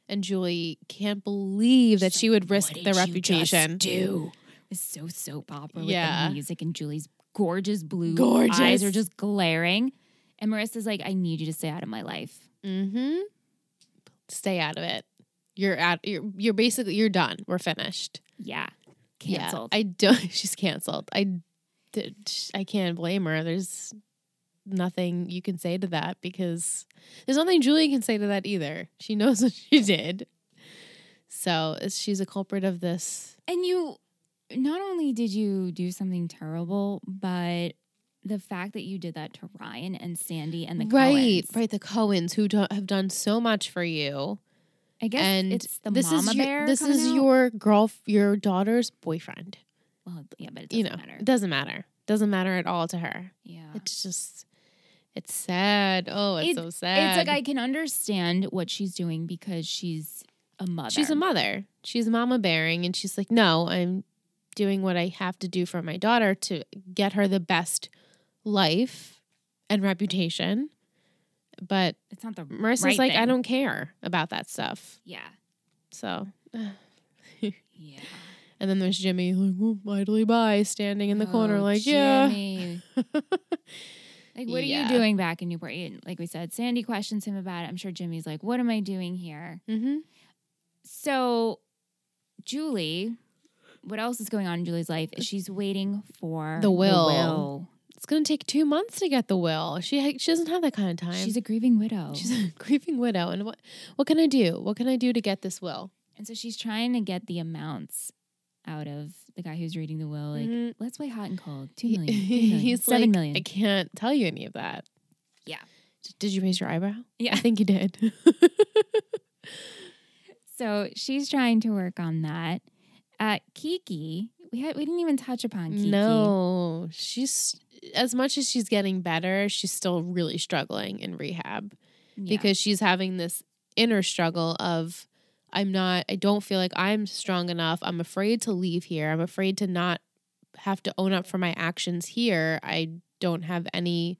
[SPEAKER 3] and julie can't believe that
[SPEAKER 2] She's
[SPEAKER 3] she
[SPEAKER 2] like,
[SPEAKER 3] would risk
[SPEAKER 2] "What
[SPEAKER 3] the
[SPEAKER 2] did you just
[SPEAKER 3] reputation
[SPEAKER 2] do it's so soap opera
[SPEAKER 3] Yeah.
[SPEAKER 2] with the music and Julie's gorgeous blue
[SPEAKER 3] Gorgeous.
[SPEAKER 2] eyes are just glaring, and Marissa's like, "I need you to stay out of my life."
[SPEAKER 3] mm-hmm stay out of it you're out you're, you're basically you're done we're finished
[SPEAKER 2] Yeah,
[SPEAKER 3] Yeah.
[SPEAKER 2] canceled.
[SPEAKER 3] i don't (laughs) she's canceled i did- i can't blame her there's nothing you can say to that because there's nothing julie can say to that either she knows (laughs) what she did so it's- she's a culprit of this
[SPEAKER 2] and you, not only did you do something terrible, but the fact that you did that to Ryan and Sandy and the
[SPEAKER 3] right,
[SPEAKER 2] Coens.
[SPEAKER 3] right. The Cohens who do- have done so much for you,
[SPEAKER 2] I guess
[SPEAKER 3] and
[SPEAKER 2] it's the
[SPEAKER 3] this
[SPEAKER 2] mama
[SPEAKER 3] is
[SPEAKER 2] bear
[SPEAKER 3] your, this
[SPEAKER 2] coming
[SPEAKER 3] is
[SPEAKER 2] out.
[SPEAKER 3] your girl, your daughter's boyfriend.
[SPEAKER 2] well, yeah, but it doesn't
[SPEAKER 3] You know,
[SPEAKER 2] matter.
[SPEAKER 3] it doesn't matter. Doesn't matter at all to her.
[SPEAKER 2] yeah,
[SPEAKER 3] It's just, it's sad. Oh, it's,
[SPEAKER 2] It-
[SPEAKER 3] so
[SPEAKER 2] it's
[SPEAKER 3] sad.
[SPEAKER 2] like I can understand what she's doing because she's a mother.
[SPEAKER 3] she's a mother. She's mama bearing, and she's like, no, I'm doing what I have to do for my daughter to get her the best life and reputation. But
[SPEAKER 2] It's not the
[SPEAKER 3] Marissa's
[SPEAKER 2] right
[SPEAKER 3] like, I
[SPEAKER 2] thing.
[SPEAKER 3] don't care about that stuff.
[SPEAKER 2] Yeah.
[SPEAKER 3] So.
[SPEAKER 2] Yeah.
[SPEAKER 3] And then there's Jimmy, like, well, idly by, standing in the corner,
[SPEAKER 2] Oh,
[SPEAKER 3] like, yeah.
[SPEAKER 2] Jimmy. Like, what
[SPEAKER 3] Yeah.
[SPEAKER 2] are you doing back in Newport? And like we said, Sandy questions him about it. I'm sure Jimmy's like, what am I doing here?
[SPEAKER 3] mm-hmm.
[SPEAKER 2] So, Julie, what else is going on in Julie's life is she's waiting for
[SPEAKER 3] The will.
[SPEAKER 2] will.
[SPEAKER 3] It's going to take two months to get the will. She ha- she doesn't have that kind of time.
[SPEAKER 2] She's a grieving widow.
[SPEAKER 3] She's (laughs) a grieving widow. And what, what can I do? What can I do to get this will?
[SPEAKER 2] and so she's trying to get the amounts out of the guy who's reading the will. Like,
[SPEAKER 3] Mhm.
[SPEAKER 2] let's play hot and cold. Two
[SPEAKER 3] He- (laughs)
[SPEAKER 2] million. three million,
[SPEAKER 3] He's
[SPEAKER 2] seven
[SPEAKER 3] like,
[SPEAKER 2] million."
[SPEAKER 3] I can't tell you any of that.
[SPEAKER 2] Yeah.
[SPEAKER 3] D- Did you raise your eyebrow?
[SPEAKER 2] Yeah.
[SPEAKER 3] I think
[SPEAKER 2] (laughs)
[SPEAKER 3] you did.
[SPEAKER 2] So she's trying to work on that. Uh, Kiki, we had we didn't even touch
[SPEAKER 3] (laughs)
[SPEAKER 2] upon Kiki.
[SPEAKER 3] no. She's, as much as she's getting better, she's still really struggling in rehab.
[SPEAKER 2] Yeah.
[SPEAKER 3] because she's having this inner struggle of I'm not, I don't feel like I'm strong enough. I'm afraid to leave here. I'm afraid to not have to own up for my actions here. I don't have any,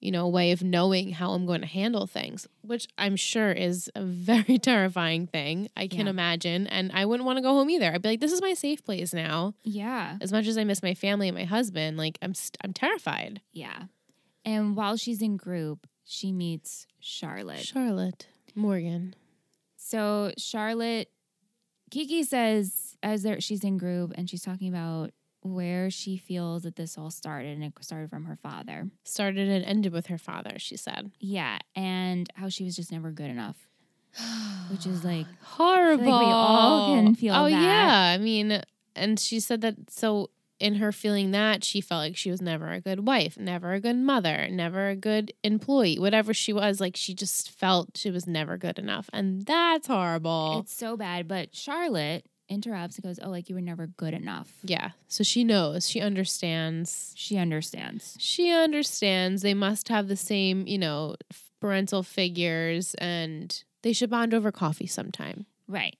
[SPEAKER 3] you know, way of knowing how I'm going to handle things, which I'm sure is a (laughs) very terrifying thing. I can
[SPEAKER 2] Yeah.
[SPEAKER 3] imagine. And I wouldn't want to go home either. I'd be like, this is my safe place now.
[SPEAKER 2] Yeah.
[SPEAKER 3] As much as I miss my family and my husband, like I'm, st- I'm terrified.
[SPEAKER 2] Yeah. And while she's in group, she meets Charlotte.
[SPEAKER 3] Charlotte Morgan.
[SPEAKER 2] So Charlotte, Kiki says as there she's in group and she's talking about where she feels that this all started and it started from her father.
[SPEAKER 3] Started and ended with her father, she said.
[SPEAKER 2] Yeah, and how she was just never good enough, which is like
[SPEAKER 3] (sighs) horrible.
[SPEAKER 2] all can feel
[SPEAKER 3] Oh
[SPEAKER 2] that.
[SPEAKER 3] yeah, I mean, and she said that so in her feeling that she felt like she was never a good wife, never a good mother, never a good employee, whatever she was, like she just felt she was never good enough, and that's horrible.
[SPEAKER 2] it's so bad, but Charlotte interrupts and goes, "Oh, like you were never good enough."
[SPEAKER 3] yeah, so she knows, she understands.
[SPEAKER 2] She understands.
[SPEAKER 3] She understands they must have the same, you know, f- parental figures and they should bond over coffee sometime.
[SPEAKER 2] Right.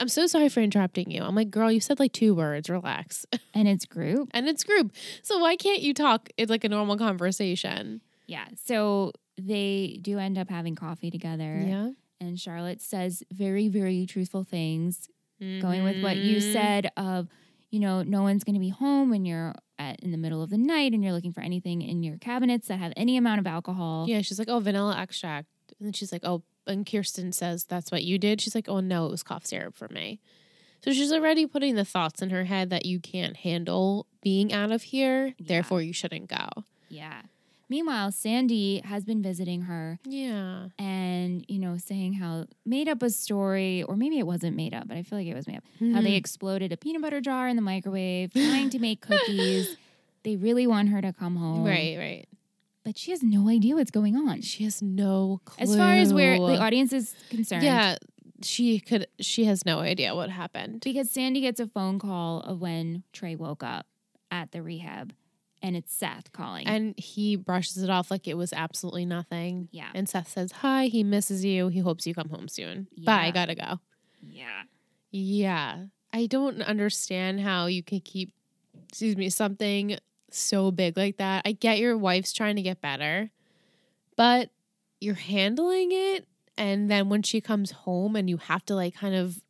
[SPEAKER 3] I'm so sorry for interrupting you. I'm like, girl, you said like two words, relax. (laughs)
[SPEAKER 2] And it's group.
[SPEAKER 3] and it's group. So why can't you talk? It's like a normal conversation.
[SPEAKER 2] Yeah. So they do end up having coffee together.
[SPEAKER 3] Yeah.
[SPEAKER 2] And Charlotte says very, very truthful things going with what you
[SPEAKER 3] Mm-hmm.
[SPEAKER 2] said of you know no one's going to be home when you're at, in the middle of the night and you're looking for anything in your cabinets that have any amount of alcohol
[SPEAKER 3] Yeah, she's like, oh, vanilla extract, and then she's like, oh, and Kirsten says that's what you did. She's like, oh no, it was cough syrup for me. So she's already putting the thoughts in her head that you can't handle being out of here,
[SPEAKER 2] Yeah.
[SPEAKER 3] therefore you shouldn't go.
[SPEAKER 2] yeah meanwhile sandy has been visiting her
[SPEAKER 3] Yeah.
[SPEAKER 2] and you know saying how made up a story or maybe it wasn't made up but i feel like it was made up how
[SPEAKER 3] Mm-hmm.
[SPEAKER 2] they exploded a peanut butter jar in the microwave trying to make cookies
[SPEAKER 3] (laughs)
[SPEAKER 2] they really want her to come home
[SPEAKER 3] Mm-hmm. Right, right.
[SPEAKER 2] but she has no idea what's going on
[SPEAKER 3] She has no clue.
[SPEAKER 2] as far as where the audience is concerned
[SPEAKER 3] yeah, she could. She has no idea what happened.
[SPEAKER 2] Because Sandy gets a phone call of when Trey woke up at the rehab, and it's Seth calling.
[SPEAKER 3] And he brushes it off like it was absolutely nothing.
[SPEAKER 2] yeah,
[SPEAKER 3] And Seth says, Hi, he misses you. He hopes you come home soon. Bye,
[SPEAKER 2] Yeah.
[SPEAKER 3] gotta go.
[SPEAKER 2] yeah,
[SPEAKER 3] Yeah. I don't understand how you can keep, excuse me, something so big like that. I get your wife's trying to get better, but you're handling it. And then when she comes home and you have to like kind of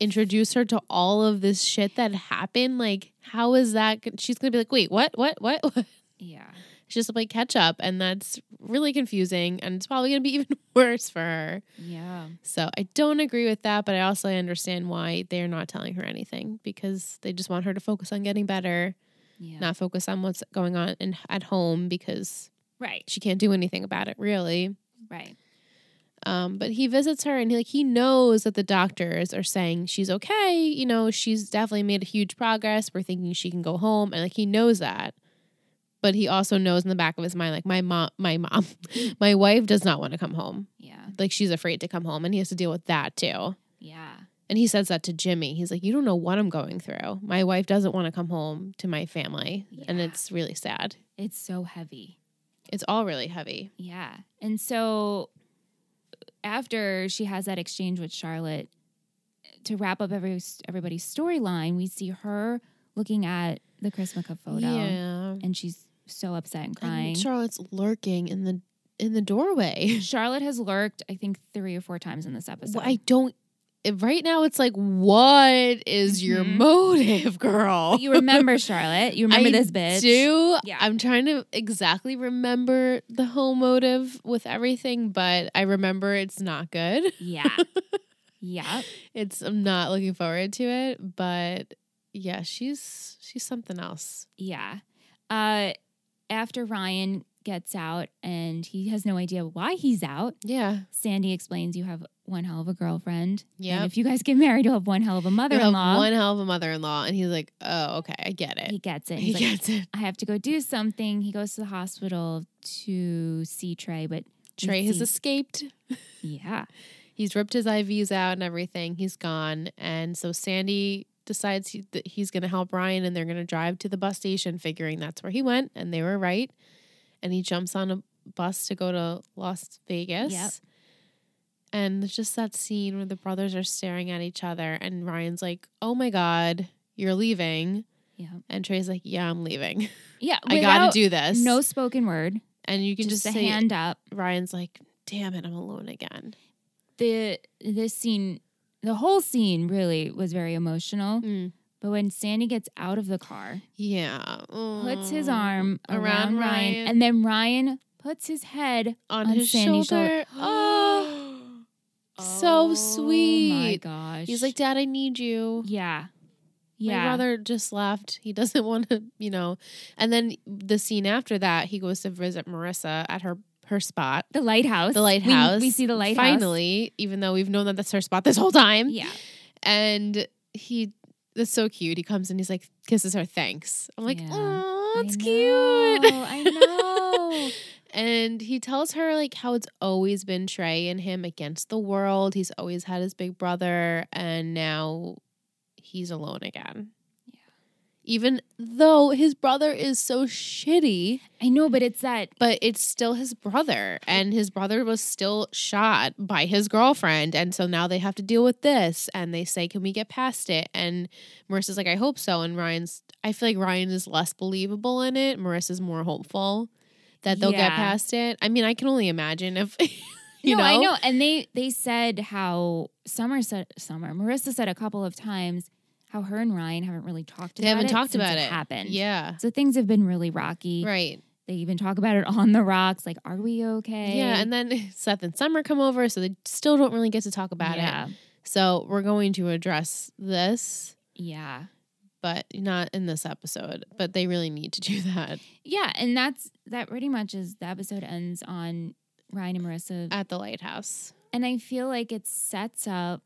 [SPEAKER 3] introduce her to all of this shit that happened, like, how is that? g- She's gonna be like, Wait, what, what, what? (laughs) what?
[SPEAKER 2] yeah,
[SPEAKER 3] She has to play catch up, and that's really confusing, and it's probably going to be (laughs) even worse for her.
[SPEAKER 2] yeah.
[SPEAKER 3] So I don't agree with that, but I also understand why they're not telling her anything because they just want her to focus on getting better,
[SPEAKER 2] Yeah.
[SPEAKER 3] not focus on what's going on in, at home because
[SPEAKER 2] Right.
[SPEAKER 3] she can't do anything about it really.
[SPEAKER 2] Right.
[SPEAKER 3] Um, but he visits her and he like he knows that the doctors are saying she's okay. You know, she's definitely made a huge progress. We're thinking she can go home, and like he knows that. But he also knows in the back of his mind, like my mom, my mom, (laughs) my wife does not want to come home.
[SPEAKER 2] Yeah.
[SPEAKER 3] Like she's afraid to come home, and he has to deal with that too.
[SPEAKER 2] Yeah.
[SPEAKER 3] And he says that to Jimmy. He's like, "You don't know what I'm going through. My wife doesn't want to come home to my family, and
[SPEAKER 2] Yeah.
[SPEAKER 3] it's really sad.
[SPEAKER 2] It's so heavy.
[SPEAKER 3] It's all really heavy."
[SPEAKER 2] Yeah. And so uh, after she has that exchange with Charlotte, to wrap up every everybody's storyline, we see her looking at the Chrismica photo,
[SPEAKER 3] Yeah,
[SPEAKER 2] and she's so upset and crying.
[SPEAKER 3] and Charlotte's lurking in the in the doorway.
[SPEAKER 2] (laughs) Charlotte has lurked, I think, three or four times in this episode.
[SPEAKER 3] Well, I don't. it- Right now, it's like, what is your
[SPEAKER 2] Mhm.
[SPEAKER 3] motive, girl?
[SPEAKER 2] But you
[SPEAKER 3] (laughs)
[SPEAKER 2] remember Charlotte. You remember
[SPEAKER 3] I
[SPEAKER 2] this bitch.
[SPEAKER 3] Do
[SPEAKER 2] Yeah.
[SPEAKER 3] I'm trying to exactly remember the whole motive with everything, but I remember it's not good.
[SPEAKER 2] Yeah.
[SPEAKER 3] (laughs)
[SPEAKER 2] yeah.
[SPEAKER 3] It's I'm not looking forward to it, but yeah, she's she's something else.
[SPEAKER 2] Yeah. Uh after Ryan gets out and he has no idea why he's out,
[SPEAKER 3] Yeah,
[SPEAKER 2] Sandy explains you have one hell of a girlfriend.
[SPEAKER 3] yeah.
[SPEAKER 2] And if you guys get married, you'll have one hell of a mother
[SPEAKER 3] You
[SPEAKER 2] in
[SPEAKER 3] have
[SPEAKER 2] law.
[SPEAKER 3] one hell of a mother-in-law, and he's like, "Oh, okay, I get
[SPEAKER 2] He
[SPEAKER 3] it.
[SPEAKER 2] gets it.
[SPEAKER 3] He
[SPEAKER 2] He's like,
[SPEAKER 3] gets it."
[SPEAKER 2] I have to go do something. He goes to the hospital to see Trey, but we
[SPEAKER 3] Trey has
[SPEAKER 2] see-
[SPEAKER 3] escaped.
[SPEAKER 2] yeah.
[SPEAKER 3] He's ripped his IVs out and everything. He's gone. And so Sandy decides he, that he's going to help Ryan and they're going to drive to the bus station, figuring that's where he went. And they were right. And he jumps on a bus to go to Las Vegas.
[SPEAKER 2] Yep.
[SPEAKER 3] And there's just that scene where the brothers are staring at each other, and Ryan's like, "Oh my god, you're leaving,"
[SPEAKER 2] Yeah.
[SPEAKER 3] and Trey's like, "Yeah, I'm leaving.
[SPEAKER 2] Yeah.
[SPEAKER 3] I got
[SPEAKER 2] without
[SPEAKER 3] to do this."
[SPEAKER 2] No spoken word.
[SPEAKER 3] and you can
[SPEAKER 2] just,
[SPEAKER 3] just,
[SPEAKER 2] a
[SPEAKER 3] say,
[SPEAKER 2] hand up.
[SPEAKER 3] Ryan's like, "Damn it, I'm alone again."
[SPEAKER 2] The this scene, the whole scene really was very emotional.
[SPEAKER 3] Mm.
[SPEAKER 2] But when Sandy gets out of the car,
[SPEAKER 3] Yeah,
[SPEAKER 2] puts his
[SPEAKER 3] Mm.
[SPEAKER 2] arm around,
[SPEAKER 3] Around
[SPEAKER 2] Ryan,
[SPEAKER 3] Ryan.
[SPEAKER 2] and then Ryan puts his head.
[SPEAKER 3] on,
[SPEAKER 2] on
[SPEAKER 3] his
[SPEAKER 2] Sandy's shoulder.
[SPEAKER 3] shoulder.
[SPEAKER 2] (gasps)
[SPEAKER 3] Oh, so
[SPEAKER 2] Oh my
[SPEAKER 3] sweet.
[SPEAKER 2] gosh.
[SPEAKER 3] He's like, "Dad, I need you."
[SPEAKER 2] yeah,
[SPEAKER 3] My
[SPEAKER 2] yeah.
[SPEAKER 3] brother just left. He doesn't (laughs) want to, you know. And then the scene after that, he goes to visit Marissa at her her spot,
[SPEAKER 2] the lighthouse.
[SPEAKER 3] the
[SPEAKER 2] We-
[SPEAKER 3] lighthouse.
[SPEAKER 2] We, see the lighthouse.
[SPEAKER 3] finally, even though we've known that that's her spot this whole time.
[SPEAKER 2] Yeah.
[SPEAKER 3] And he, that's so cute. He comes and he's like kisses her. Thanks. I'm like,
[SPEAKER 2] Yeah.
[SPEAKER 3] oh,
[SPEAKER 2] I
[SPEAKER 3] it's
[SPEAKER 2] know,
[SPEAKER 3] cute.
[SPEAKER 2] I (laughs) know.
[SPEAKER 3] And he tells her like how it's always been Trey and him against the world. He's always had his big brother and now he's alone again.
[SPEAKER 2] Yeah.
[SPEAKER 3] Even though his brother is so shitty,
[SPEAKER 2] I know, but it's that.
[SPEAKER 3] but it's still his brother and his brother was still shot by his girlfriend and so now they have to deal with this and they say can we get past it and Marissa's like I hope so and Ryan's I feel like Ryan is less believable in it Marissa's more hopeful that they'll get
[SPEAKER 2] Yeah.
[SPEAKER 3] past it I mean I can only imagine if (laughs) you
[SPEAKER 2] no,
[SPEAKER 3] know
[SPEAKER 2] I know. And they they said how Summer said Summer Marissa said a couple of times how her and Ryan haven't really talked.
[SPEAKER 3] They
[SPEAKER 2] about
[SPEAKER 3] haven't
[SPEAKER 2] it
[SPEAKER 3] talked
[SPEAKER 2] since
[SPEAKER 3] about it.
[SPEAKER 2] Happened.
[SPEAKER 3] yeah
[SPEAKER 2] So things have been really rocky.
[SPEAKER 3] right
[SPEAKER 2] They even talk about it on the rocks. Like, are we okay?
[SPEAKER 3] yeah and then (laughs) Seth and Summer come over so they still don't really get to talk about it
[SPEAKER 2] yeah.
[SPEAKER 3] so we're going to address this
[SPEAKER 2] Yeah.
[SPEAKER 3] but not in this episode. But they really need to do (laughs) that
[SPEAKER 2] Yeah. And that's that. Pretty much is the episode ends on Ryan and Marissa,
[SPEAKER 3] at the lighthouse.
[SPEAKER 2] and I feel like it sets up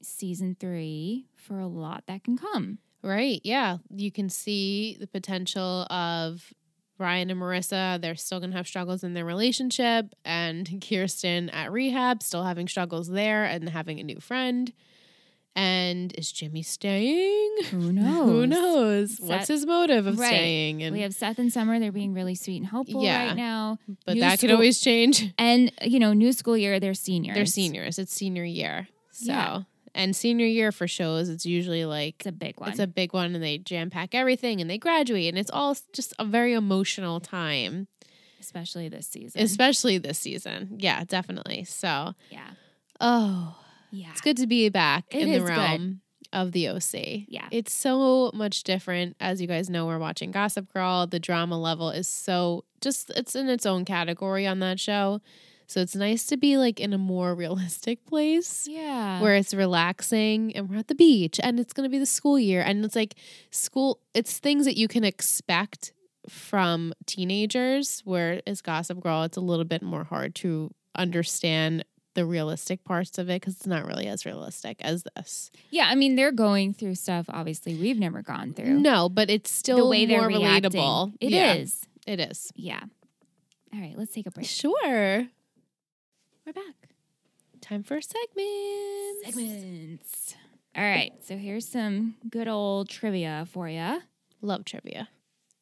[SPEAKER 2] season three for a lot that can come.
[SPEAKER 3] Right. Yeah. You can see the potential of Ryan and Marissa. They're still going to have struggles in their relationship. And (laughs) Kirsten at rehab, still having struggles there and having a new friend. And is Jimmy staying? (laughs)
[SPEAKER 2] Who knows?
[SPEAKER 3] Who knows?
[SPEAKER 2] Set-
[SPEAKER 3] What's his motive of
[SPEAKER 2] Right.
[SPEAKER 3] staying? And
[SPEAKER 2] We have Seth and Summer. They're being really sweet and helpful
[SPEAKER 3] Yeah.
[SPEAKER 2] right now.
[SPEAKER 3] but
[SPEAKER 2] new
[SPEAKER 3] that could
[SPEAKER 2] school-
[SPEAKER 3] always change. (laughs)
[SPEAKER 2] And you know, new school year, they're seniors.
[SPEAKER 3] They're seniors. It's senior year. So,
[SPEAKER 2] Yeah.
[SPEAKER 3] and senior year for shows, it's usually like
[SPEAKER 2] It's a big one.
[SPEAKER 3] It's a big one, and they jam pack everything, and they graduate, and it's all s- just a very emotional time,
[SPEAKER 2] especially this season.
[SPEAKER 3] especially this season. Yeah, definitely. So,
[SPEAKER 2] yeah.
[SPEAKER 3] oh,
[SPEAKER 2] Yeah.
[SPEAKER 3] it's good to be back
[SPEAKER 2] It
[SPEAKER 3] in the
[SPEAKER 2] is good.
[SPEAKER 3] realm of the OC.
[SPEAKER 2] Yeah.
[SPEAKER 3] it's so much different. As you guys know, we're watching Gossip Girl. The drama level is so just it's in its own category on that show. So it's nice to be like in a more (laughs) realistic place
[SPEAKER 2] Yeah.
[SPEAKER 3] where it's relaxing and we're at the beach and it's going to be the school year and it's like school it's things that you can expect from teenagers where as gossip girl it's a little bit more hard to understand the realistic parts of it because it's not really as realistic as this
[SPEAKER 2] yeah. I mean, they're going through stuff obviously we've never gone through.
[SPEAKER 3] no but it's still
[SPEAKER 2] the way
[SPEAKER 3] more
[SPEAKER 2] they're reacting.
[SPEAKER 3] relatable
[SPEAKER 2] It is. yeah.
[SPEAKER 3] yeah, it is
[SPEAKER 2] All right, let's take a break.
[SPEAKER 3] sure
[SPEAKER 2] We're back.
[SPEAKER 3] time for segments
[SPEAKER 2] Segments. All right, so here's some good old trivia for you.
[SPEAKER 3] love trivia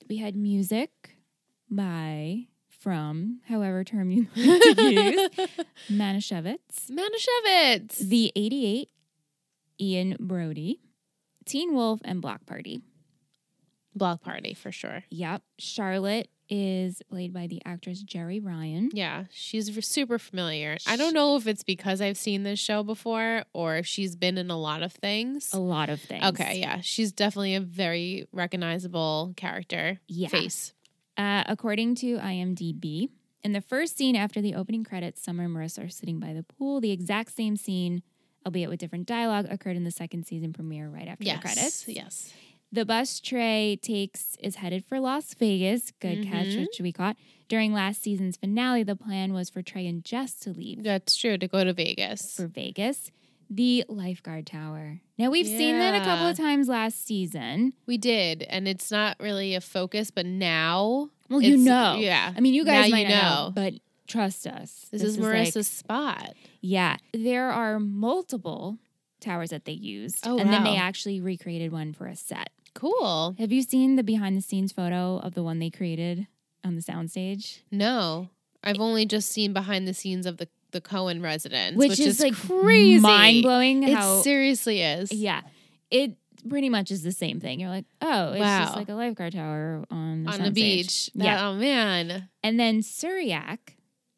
[SPEAKER 2] We had music by from however term you like
[SPEAKER 3] (laughs)
[SPEAKER 2] to use Manischewitz,
[SPEAKER 3] Manischewitz
[SPEAKER 2] The 88, Ian Brody, Teen Wolf, and Block Party.
[SPEAKER 3] block party for sure
[SPEAKER 2] Yep. Charlotte is played by the actress Jerry Ryan.
[SPEAKER 3] Yeah, she's v- super familiar. I don't know if it's because I've seen this show before or if she's been in a lot of things.
[SPEAKER 2] A lot of things.
[SPEAKER 3] Okay, yeah, she's definitely a very recognizable character
[SPEAKER 2] Yeah.
[SPEAKER 3] face.
[SPEAKER 2] Uh, according to IMDb, in the first scene after the opening credits, Summer and Marissa are sitting by the pool. The exact same scene, albeit with different dialogue, occurred in the second season premiere right after
[SPEAKER 3] Yes,
[SPEAKER 2] the credits.
[SPEAKER 3] yes,
[SPEAKER 2] The bus Trey takes is headed for Las Vegas. Good catch,
[SPEAKER 3] Mhm.
[SPEAKER 2] which we caught. During last season's finale, the plan was for Trey and Jess to leave
[SPEAKER 3] that's true. To go to Vegas,
[SPEAKER 2] for Vegas. The lifeguard tower. Now we've seen that a couple
[SPEAKER 3] Yeah.
[SPEAKER 2] of times last season.
[SPEAKER 3] we did, and it's not really a focus, but now,
[SPEAKER 2] Well, you
[SPEAKER 3] it's-
[SPEAKER 2] know.
[SPEAKER 3] yeah,
[SPEAKER 2] I mean, you guys
[SPEAKER 3] Now
[SPEAKER 2] might
[SPEAKER 3] you
[SPEAKER 2] not know. but trust us.
[SPEAKER 3] this, is
[SPEAKER 2] like-
[SPEAKER 3] Marissa's spot.
[SPEAKER 2] Yeah. There are multiple towers that they used.
[SPEAKER 3] Oh,
[SPEAKER 2] and then they
[SPEAKER 3] wow.
[SPEAKER 2] actually recreated one for a set.
[SPEAKER 3] Cool.
[SPEAKER 2] Have you seen the behind the scenes photo of the one they created on the soundstage?
[SPEAKER 3] No, I've only just seen behind the scenes of the the Cohen residence,
[SPEAKER 2] which, is, like crazy, mind blowing.
[SPEAKER 3] It
[SPEAKER 2] How
[SPEAKER 3] seriously is.
[SPEAKER 2] yeah, it pretty much is the same thing. You're like, oh, it's just
[SPEAKER 3] Wow.
[SPEAKER 2] like a lifeguard tower on the,
[SPEAKER 3] on the
[SPEAKER 2] soundstage.
[SPEAKER 3] beach. That-
[SPEAKER 2] Yeah.
[SPEAKER 3] oh man,
[SPEAKER 2] and then Suryak,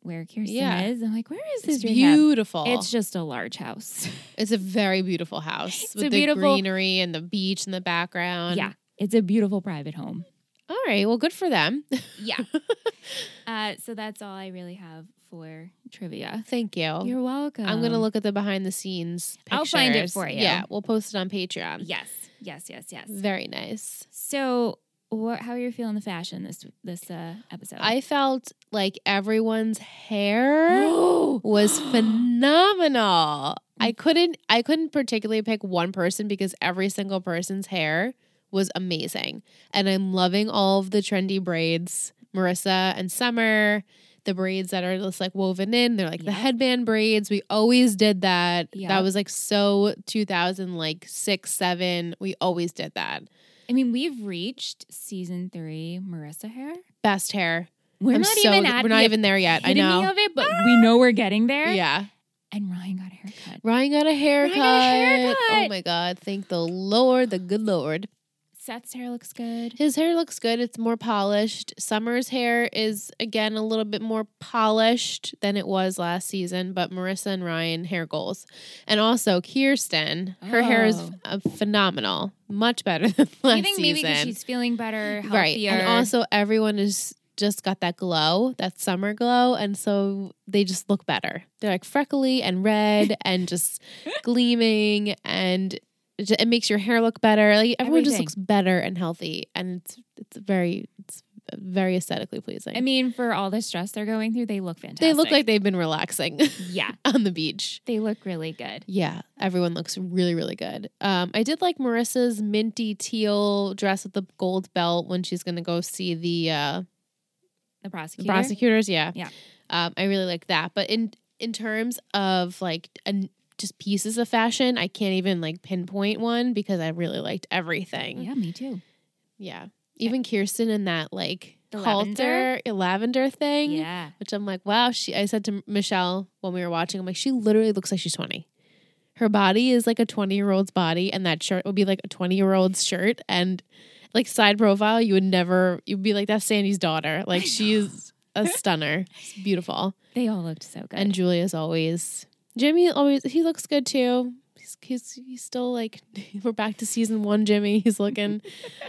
[SPEAKER 2] where Kirsten
[SPEAKER 3] Yeah.
[SPEAKER 2] is. I'm like, where is
[SPEAKER 3] it's
[SPEAKER 2] this rehab?
[SPEAKER 3] beautiful.
[SPEAKER 2] It's just a large house.
[SPEAKER 3] It's a very beautiful house
[SPEAKER 2] It's
[SPEAKER 3] with
[SPEAKER 2] a
[SPEAKER 3] the
[SPEAKER 2] beautiful-
[SPEAKER 3] greenery and the beach in the background.
[SPEAKER 2] yeah, it's a beautiful private
[SPEAKER 3] (laughs)
[SPEAKER 2] home.
[SPEAKER 3] All right. Well, good for them. (laughs)
[SPEAKER 2] Yeah. uh, so that's all I really have for trivia.
[SPEAKER 3] Thank you.
[SPEAKER 2] You're welcome.
[SPEAKER 3] I'm gonna look at the behind the scenes.
[SPEAKER 2] I'll find it
[SPEAKER 3] pictures.
[SPEAKER 2] for you.
[SPEAKER 3] Yeah, we'll post it on Patreon.
[SPEAKER 2] Yes, yes, yes, yes.
[SPEAKER 3] Very nice.
[SPEAKER 2] So, what? How are you feeling the fashion this this uh, episode? (gasps)
[SPEAKER 3] I (gasps) felt like everyone's hair was
[SPEAKER 2] (gasps) was
[SPEAKER 3] phenomenal. I couldn't I couldn't particularly pick one person because every single person's hair was amazing. And I'm loving all of the trendy braids, Marissa and Summer, the braids that are just like woven in. They're like the
[SPEAKER 2] Yep.
[SPEAKER 3] headband braids. We always did that. That
[SPEAKER 2] Yep.
[SPEAKER 3] was like so 2000 like 6 7. We always did that.
[SPEAKER 2] I mean, we've reached season three, Marissa hair.
[SPEAKER 3] Best hair.
[SPEAKER 2] We're
[SPEAKER 3] I'm
[SPEAKER 2] not
[SPEAKER 3] so-
[SPEAKER 2] even at
[SPEAKER 3] we're not
[SPEAKER 2] the
[SPEAKER 3] even there yet. I
[SPEAKER 2] epitome
[SPEAKER 3] know. Ah!
[SPEAKER 2] of it, but we know we're getting there.
[SPEAKER 3] Yeah.
[SPEAKER 2] And Ryan got a haircut.
[SPEAKER 3] Ryan got a haircut. Oh
[SPEAKER 2] haircut.
[SPEAKER 3] my god! Thank the Lord, the good Lord.
[SPEAKER 2] Seth's hair looks good.
[SPEAKER 3] His hair looks good. It's more polished. Summer's hair is again a little bit more polished than it was last season. But Marissa and Ryan hair goals, and also Kirsten, her hair is
[SPEAKER 2] Oh.
[SPEAKER 3] uh, phenomenal, much better (laughs) than last
[SPEAKER 2] you think maybe because
[SPEAKER 3] season.
[SPEAKER 2] she's feeling better, healthier.
[SPEAKER 3] right, and also everyone is just got that glow, that summer glow, and so they just look better. They're like freckly
[SPEAKER 2] (laughs)
[SPEAKER 3] and red and just gleaming, and it ju- it makes your hair look better. Like everyone just
[SPEAKER 2] Everything.
[SPEAKER 3] looks better and healthy, and it's it's very it's very aesthetically pleasing.
[SPEAKER 2] I mean, for all the stress they're going through, they look fantastic.
[SPEAKER 3] they look like they've been relaxing (laughs)
[SPEAKER 2] yeah,
[SPEAKER 3] on the beach.
[SPEAKER 2] they look really good.
[SPEAKER 3] Yeah, everyone looks really, really good. Um, I did like Marissa's minty teal dress with the gold belt when she's gonna go see the uh,
[SPEAKER 2] The
[SPEAKER 3] The
[SPEAKER 2] prosecutor.
[SPEAKER 3] prosecutors yeah
[SPEAKER 2] Yeah.
[SPEAKER 3] um, i really like that but in in terms of like an, just pieces of fashion i can't even like pinpoint one because i really liked everything
[SPEAKER 2] Yeah, me too.
[SPEAKER 3] Yeah. even kirsten in that like
[SPEAKER 2] The
[SPEAKER 3] halter lavender, thing
[SPEAKER 2] Yeah.
[SPEAKER 3] which i'm like wow she i said to michelle when we were watching i'm like she literally looks like she's 20 her body is like a 20 year old's body and that shirt would be like a 20 year old's shirt and like side profile you would never you'd be like that's sandy's daughter like
[SPEAKER 2] I
[SPEAKER 3] she's a
[SPEAKER 2] (laughs)
[SPEAKER 3] stunner it's beautiful
[SPEAKER 2] They all looked so good.
[SPEAKER 3] and Julia's always Jimmy always he looks good too. He's he's, he's still like (laughs) we're back to season one. Jimmy he's
[SPEAKER 2] (laughs)
[SPEAKER 3] looking.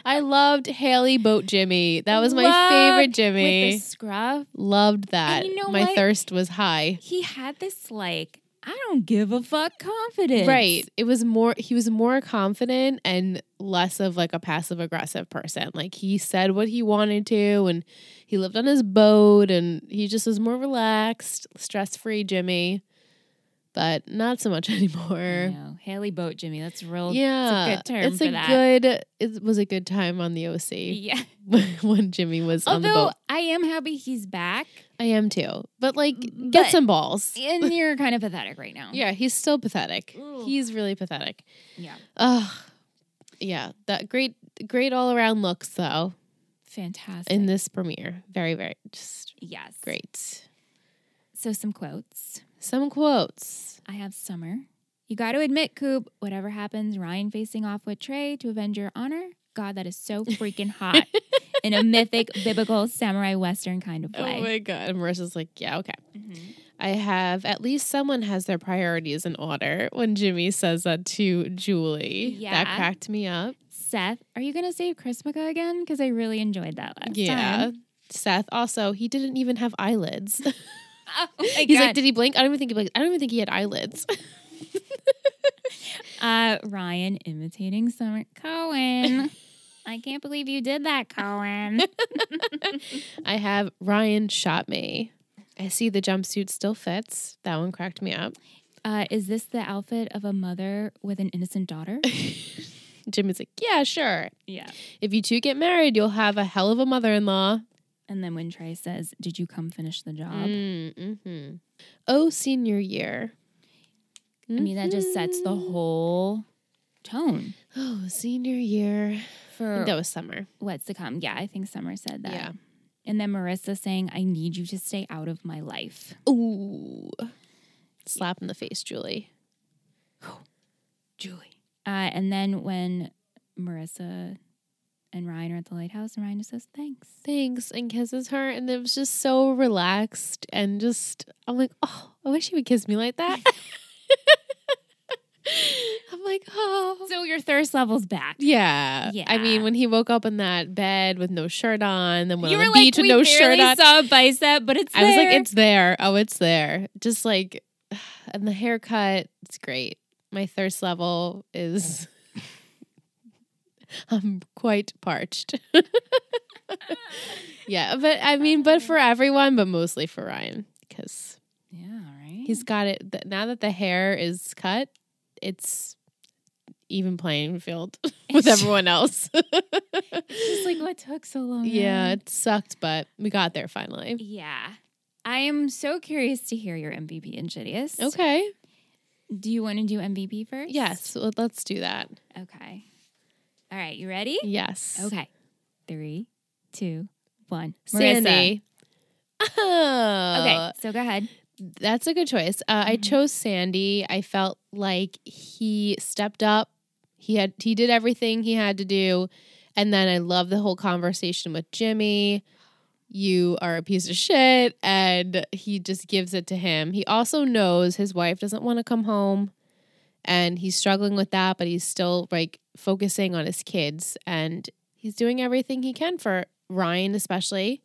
[SPEAKER 3] I loved Haley Boat Jimmy. That was my
[SPEAKER 2] Loved
[SPEAKER 3] favorite
[SPEAKER 2] with
[SPEAKER 3] Jimmy.
[SPEAKER 2] the scruff,
[SPEAKER 3] loved that.
[SPEAKER 2] And you know
[SPEAKER 3] my
[SPEAKER 2] what?
[SPEAKER 3] thirst was high.
[SPEAKER 2] he had this like I don't give a fuck confidence.
[SPEAKER 3] Right. It was more he was more confident and less of like a passive aggressive person. Like he said what he wanted to and he lived on his boat and he just was more relaxed, stress-free Jimmy. But not so much (laughs)
[SPEAKER 2] I
[SPEAKER 3] anymore.
[SPEAKER 2] know. Haley Boat Jimmy. That's real.
[SPEAKER 3] Yeah,
[SPEAKER 2] it's a good term
[SPEAKER 3] It's
[SPEAKER 2] for
[SPEAKER 3] a
[SPEAKER 2] that.
[SPEAKER 3] good. It was a good time on the OC
[SPEAKER 2] Yeah.
[SPEAKER 3] (laughs) when Jimmy was on the
[SPEAKER 2] Although
[SPEAKER 3] boat.
[SPEAKER 2] I am happy he's back,
[SPEAKER 3] I am too, but like,
[SPEAKER 2] Mm, But-
[SPEAKER 3] get some balls.
[SPEAKER 2] (laughs) and you're kind of pathetic right now.
[SPEAKER 3] Yeah, he's still pathetic.
[SPEAKER 2] Ugh.
[SPEAKER 3] He's really pathetic.
[SPEAKER 2] Yeah.
[SPEAKER 3] Ugh. Yeah, that great, great all around looks though
[SPEAKER 2] Fantastic.
[SPEAKER 3] in this premiere. Very, very just
[SPEAKER 2] yes.
[SPEAKER 3] great.
[SPEAKER 2] So some quotes.
[SPEAKER 3] Some quotes.
[SPEAKER 2] I have summer. You got to admit, Coop, whatever happens, Ryan facing off with Trey to avenge your honor. God, that is so freaking (laughs) hot in a mythic, biblical, samurai western kind of way.
[SPEAKER 3] Oh my god, Marissa's like, yeah, okay.
[SPEAKER 2] Mhm.
[SPEAKER 3] I have at least someone has their priorities in order when Jimmy says that to Julie. That
[SPEAKER 2] Yeah.
[SPEAKER 3] cracked me up.
[SPEAKER 2] Seth, are you going to save Chrismica again? Because I really enjoyed that last
[SPEAKER 3] Yeah.
[SPEAKER 2] time.
[SPEAKER 3] Seth also, he didn't even have (laughs) eyelids.
[SPEAKER 2] Oh my
[SPEAKER 3] He's like,
[SPEAKER 2] God.
[SPEAKER 3] did he blink? I don't even think he blinked. I don't even think he had eyelids. (laughs)
[SPEAKER 2] uh, Ryan imitating Summer Cohen. I can't believe you did that, (laughs) Cohen.
[SPEAKER 3] I have Ryan shot me. I see the jumpsuit still fits. That one cracked me up.
[SPEAKER 2] Uh, is this the outfit of a mother with an innocent daughter?
[SPEAKER 3] Jimmy's like, yeah, sure.
[SPEAKER 2] (laughs) yeah.
[SPEAKER 3] If you two get married, you'll have a hell of a mother-in-law.
[SPEAKER 2] And then when Trey says, Did you come finish the job?
[SPEAKER 3] Mm-hmm. Oh, senior year. Mm-hmm.
[SPEAKER 2] I mean, that just sets the whole tone
[SPEAKER 3] Oh, senior year. I
[SPEAKER 2] for
[SPEAKER 3] think that was summer.
[SPEAKER 2] what's to come. Yeah, I think Summer said that.
[SPEAKER 3] Yeah.
[SPEAKER 2] And then Marissa saying, I need you to stay out of my life.
[SPEAKER 3] Ooh. Slap in the face, Julie.
[SPEAKER 2] Julie. Uh, and then when Marissa and Ryan are at the lighthouse, and Ryan just says, thanks.
[SPEAKER 3] Thanks. And kisses her. And it was just so relaxed and just, I'm like, oh, I wish he would kiss me like
[SPEAKER 2] (laughs)
[SPEAKER 3] that. (laughs) I'm like, oh.
[SPEAKER 2] So your thirst level's back.
[SPEAKER 3] Yeah. I
[SPEAKER 2] Yeah.
[SPEAKER 3] mean, when he woke upp in that bed with no shirt on, then went
[SPEAKER 2] you
[SPEAKER 3] on
[SPEAKER 2] were
[SPEAKER 3] the
[SPEAKER 2] like,
[SPEAKER 3] beach
[SPEAKER 2] we
[SPEAKER 3] with no shirt
[SPEAKER 2] barely
[SPEAKER 3] on.
[SPEAKER 2] saw a bicep, but it's
[SPEAKER 3] I was like,
[SPEAKER 2] there."
[SPEAKER 3] it's there. Oh, it's there. Just like, (sighs) and the haircut, it's great. My thirst level is, (laughs) I'm quite parched. (laughs) yeah. But I mean, but for everyone, but mostly for Ryan, because
[SPEAKER 2] yeah, right.
[SPEAKER 3] he's got it. th- Now that the hair is cut, it's even playing field (laughs) with everyone else.
[SPEAKER 2] just like, what took so long?
[SPEAKER 3] Yeah,
[SPEAKER 2] man?"
[SPEAKER 3] it sucked, but we got there finally.
[SPEAKER 2] Yeah. I am so curious to hear your MVP and shittiest.
[SPEAKER 3] Okay.
[SPEAKER 2] Do you want to do MVP first?
[SPEAKER 3] Yes, well, let's do that.
[SPEAKER 2] Okay. All right. You ready?
[SPEAKER 3] Yes.
[SPEAKER 2] Okay. Three, two, one.
[SPEAKER 3] Sandy. Oh. (laughs)
[SPEAKER 2] Marissa. Okay. So go ahead.
[SPEAKER 3] That's a good choice. Uh, I
[SPEAKER 2] Mhm.
[SPEAKER 3] chose Sandy. I felt like he stepped up. He had he did everything he had to do. And then I love the whole conversation with Jimmy. You are a piece of shit. And he just gives it to him. He also knows his wife doesn't want to come home. And he's struggling with that, but he's still like focusing on his kids. And he's doing everything he can for Ryan, especially.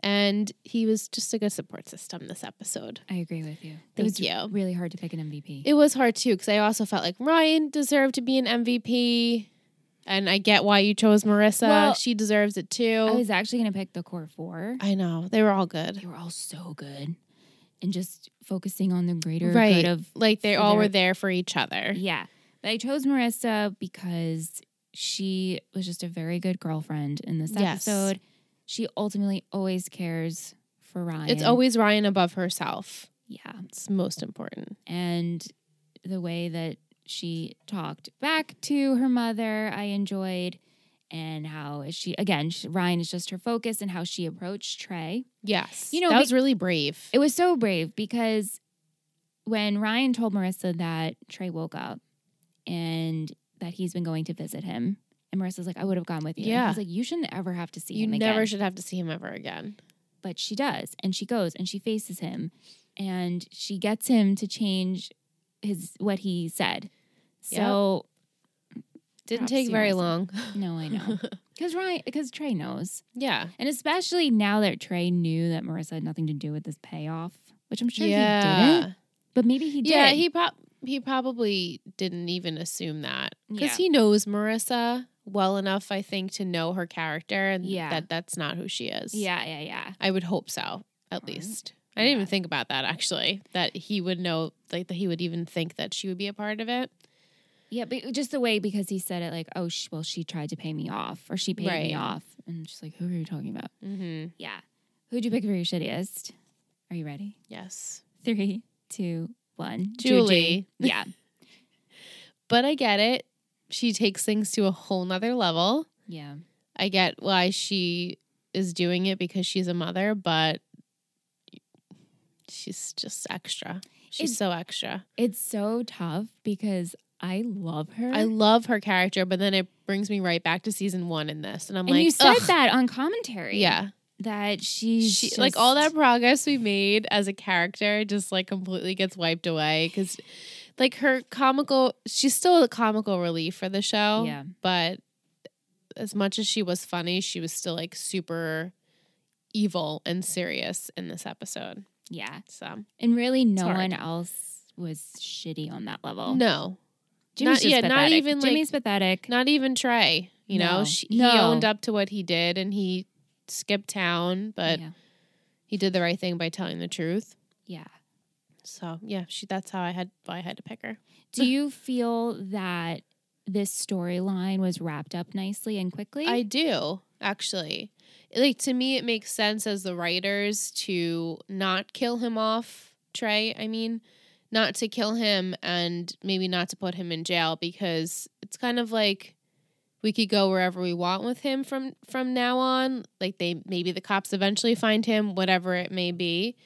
[SPEAKER 3] And he was just a good support system this episode.
[SPEAKER 2] I agree with you. it
[SPEAKER 3] Thank
[SPEAKER 2] was
[SPEAKER 3] you.
[SPEAKER 2] really hard to pick an MVP.
[SPEAKER 3] It was hard too because I also felt like Ryan deserved to be an MVP, and I get why you chose Marissa.
[SPEAKER 2] Well,
[SPEAKER 3] she deserves it
[SPEAKER 2] I
[SPEAKER 3] too.
[SPEAKER 2] was actually going to pick the core four.
[SPEAKER 3] I, know they were all good,
[SPEAKER 2] They were all so good. And just focusing on the greater
[SPEAKER 3] Right.
[SPEAKER 2] good of
[SPEAKER 3] like they
[SPEAKER 2] For
[SPEAKER 3] all
[SPEAKER 2] their-
[SPEAKER 3] were there for each other.
[SPEAKER 2] Yeah. But I chose Marissa because she was just a very good girlfriend in this
[SPEAKER 3] Yes.
[SPEAKER 2] episode. She ultimately always cares for Ryan.
[SPEAKER 3] It's always Ryan above herself.
[SPEAKER 2] Yeah.
[SPEAKER 3] It's most important.
[SPEAKER 2] And the way that she talked back to her mother, I enjoyed. And how she, again, she, Ryan is just her focus and how she approached Trey.
[SPEAKER 3] Yes,
[SPEAKER 2] You know,
[SPEAKER 3] that
[SPEAKER 2] be-
[SPEAKER 3] was really brave.
[SPEAKER 2] It was so brave because when Ryan told Marissa that Trey woke up and that he's been going to visit him, and Marissa's like, I would have gone with you. And
[SPEAKER 3] Yeah.
[SPEAKER 2] He's like, You shouldn't ever have to see
[SPEAKER 3] you
[SPEAKER 2] him again.
[SPEAKER 3] never should have to see him ever again.
[SPEAKER 2] but she does. And she goes and she faces him and she gets him to change his what he said. So
[SPEAKER 3] Didn't
[SPEAKER 2] Perhaps
[SPEAKER 3] take
[SPEAKER 2] he
[SPEAKER 3] very
[SPEAKER 2] wasn't.
[SPEAKER 3] long. (laughs)
[SPEAKER 2] no, I know. Because Ryan because Trey knows.
[SPEAKER 3] yeah,
[SPEAKER 2] And especially now that Trey knew that Marissa had nothing to do with this payoff, which I'm sure he
[SPEAKER 3] yeah,
[SPEAKER 2] didn't. But maybe he did.
[SPEAKER 3] yeah. He prob he probably didn't even assume that.
[SPEAKER 2] Yeah.
[SPEAKER 3] because he knows Marissa well enough, I think, to know her character and
[SPEAKER 2] Yeah.
[SPEAKER 3] that that's not who she is.
[SPEAKER 2] Yeah, yeah, yeah.
[SPEAKER 3] I would hope so, at
[SPEAKER 2] Right.
[SPEAKER 3] least. I didn't
[SPEAKER 2] Yeah.
[SPEAKER 3] even think about that actually. That he would know, like that he would even think that she would be a part of it.
[SPEAKER 2] Yeah, but just the way because he said it like, oh, sh- well, she tried to pay me off or she paid
[SPEAKER 3] Right.
[SPEAKER 2] me off. And she's like, who are you talking about?
[SPEAKER 3] Mm-hmm.
[SPEAKER 2] Yeah. Who'd you pick for your shittiest? Are you ready?
[SPEAKER 3] Yes,
[SPEAKER 2] Three, two, one.
[SPEAKER 3] Julie.
[SPEAKER 2] Juju. (laughs) Yeah.
[SPEAKER 3] but I get it. She takes things to a whole nother level.
[SPEAKER 2] Yeah.
[SPEAKER 3] I get why she is doing it because she's a mother, but she's just extra. She's
[SPEAKER 2] It's-
[SPEAKER 3] so extra.
[SPEAKER 2] It's so tough because I love her.
[SPEAKER 3] I love her character, but then it brings me right back to season one in this, and I'm
[SPEAKER 2] and
[SPEAKER 3] like,
[SPEAKER 2] you said
[SPEAKER 3] "Ugh."
[SPEAKER 2] that on commentary.
[SPEAKER 3] yeah,
[SPEAKER 2] That she's
[SPEAKER 3] she, like all that
[SPEAKER 2] just-
[SPEAKER 3] progress we made as a character just like completely gets wiped away because, like her comical, she's still a comical relief for the show,
[SPEAKER 2] Yeah.
[SPEAKER 3] but as much as she was funny, she was still like super evil and serious in this episode.
[SPEAKER 2] Yeah.
[SPEAKER 3] So
[SPEAKER 2] And really no
[SPEAKER 3] hard.
[SPEAKER 2] one else was shitty on that level.
[SPEAKER 3] no,
[SPEAKER 2] Jimmy's
[SPEAKER 3] Not-
[SPEAKER 2] just
[SPEAKER 3] yeah, not
[SPEAKER 2] pathetic.
[SPEAKER 3] even, like-
[SPEAKER 2] Jimmy's pathetic.
[SPEAKER 3] Not even Trey. You know,
[SPEAKER 2] No.
[SPEAKER 3] she, he
[SPEAKER 2] No.
[SPEAKER 3] owned up to what he did and he skipped town, but
[SPEAKER 2] yeah.
[SPEAKER 3] he did the right thing by telling the truth.
[SPEAKER 2] yeah.
[SPEAKER 3] So yeah, she, that's how I had why I had to pick her.
[SPEAKER 2] Do you feel that this storyline was wrapped up nicely and quickly?
[SPEAKER 3] I do actually. Like to me, it makes sense as the writers to not kill him off. Trey, I mean, not to kill him and maybe not to put him in jail because it's kind of like we could go wherever we want with him from from now on. Like they maybe the cops eventually find him, whatever it may be.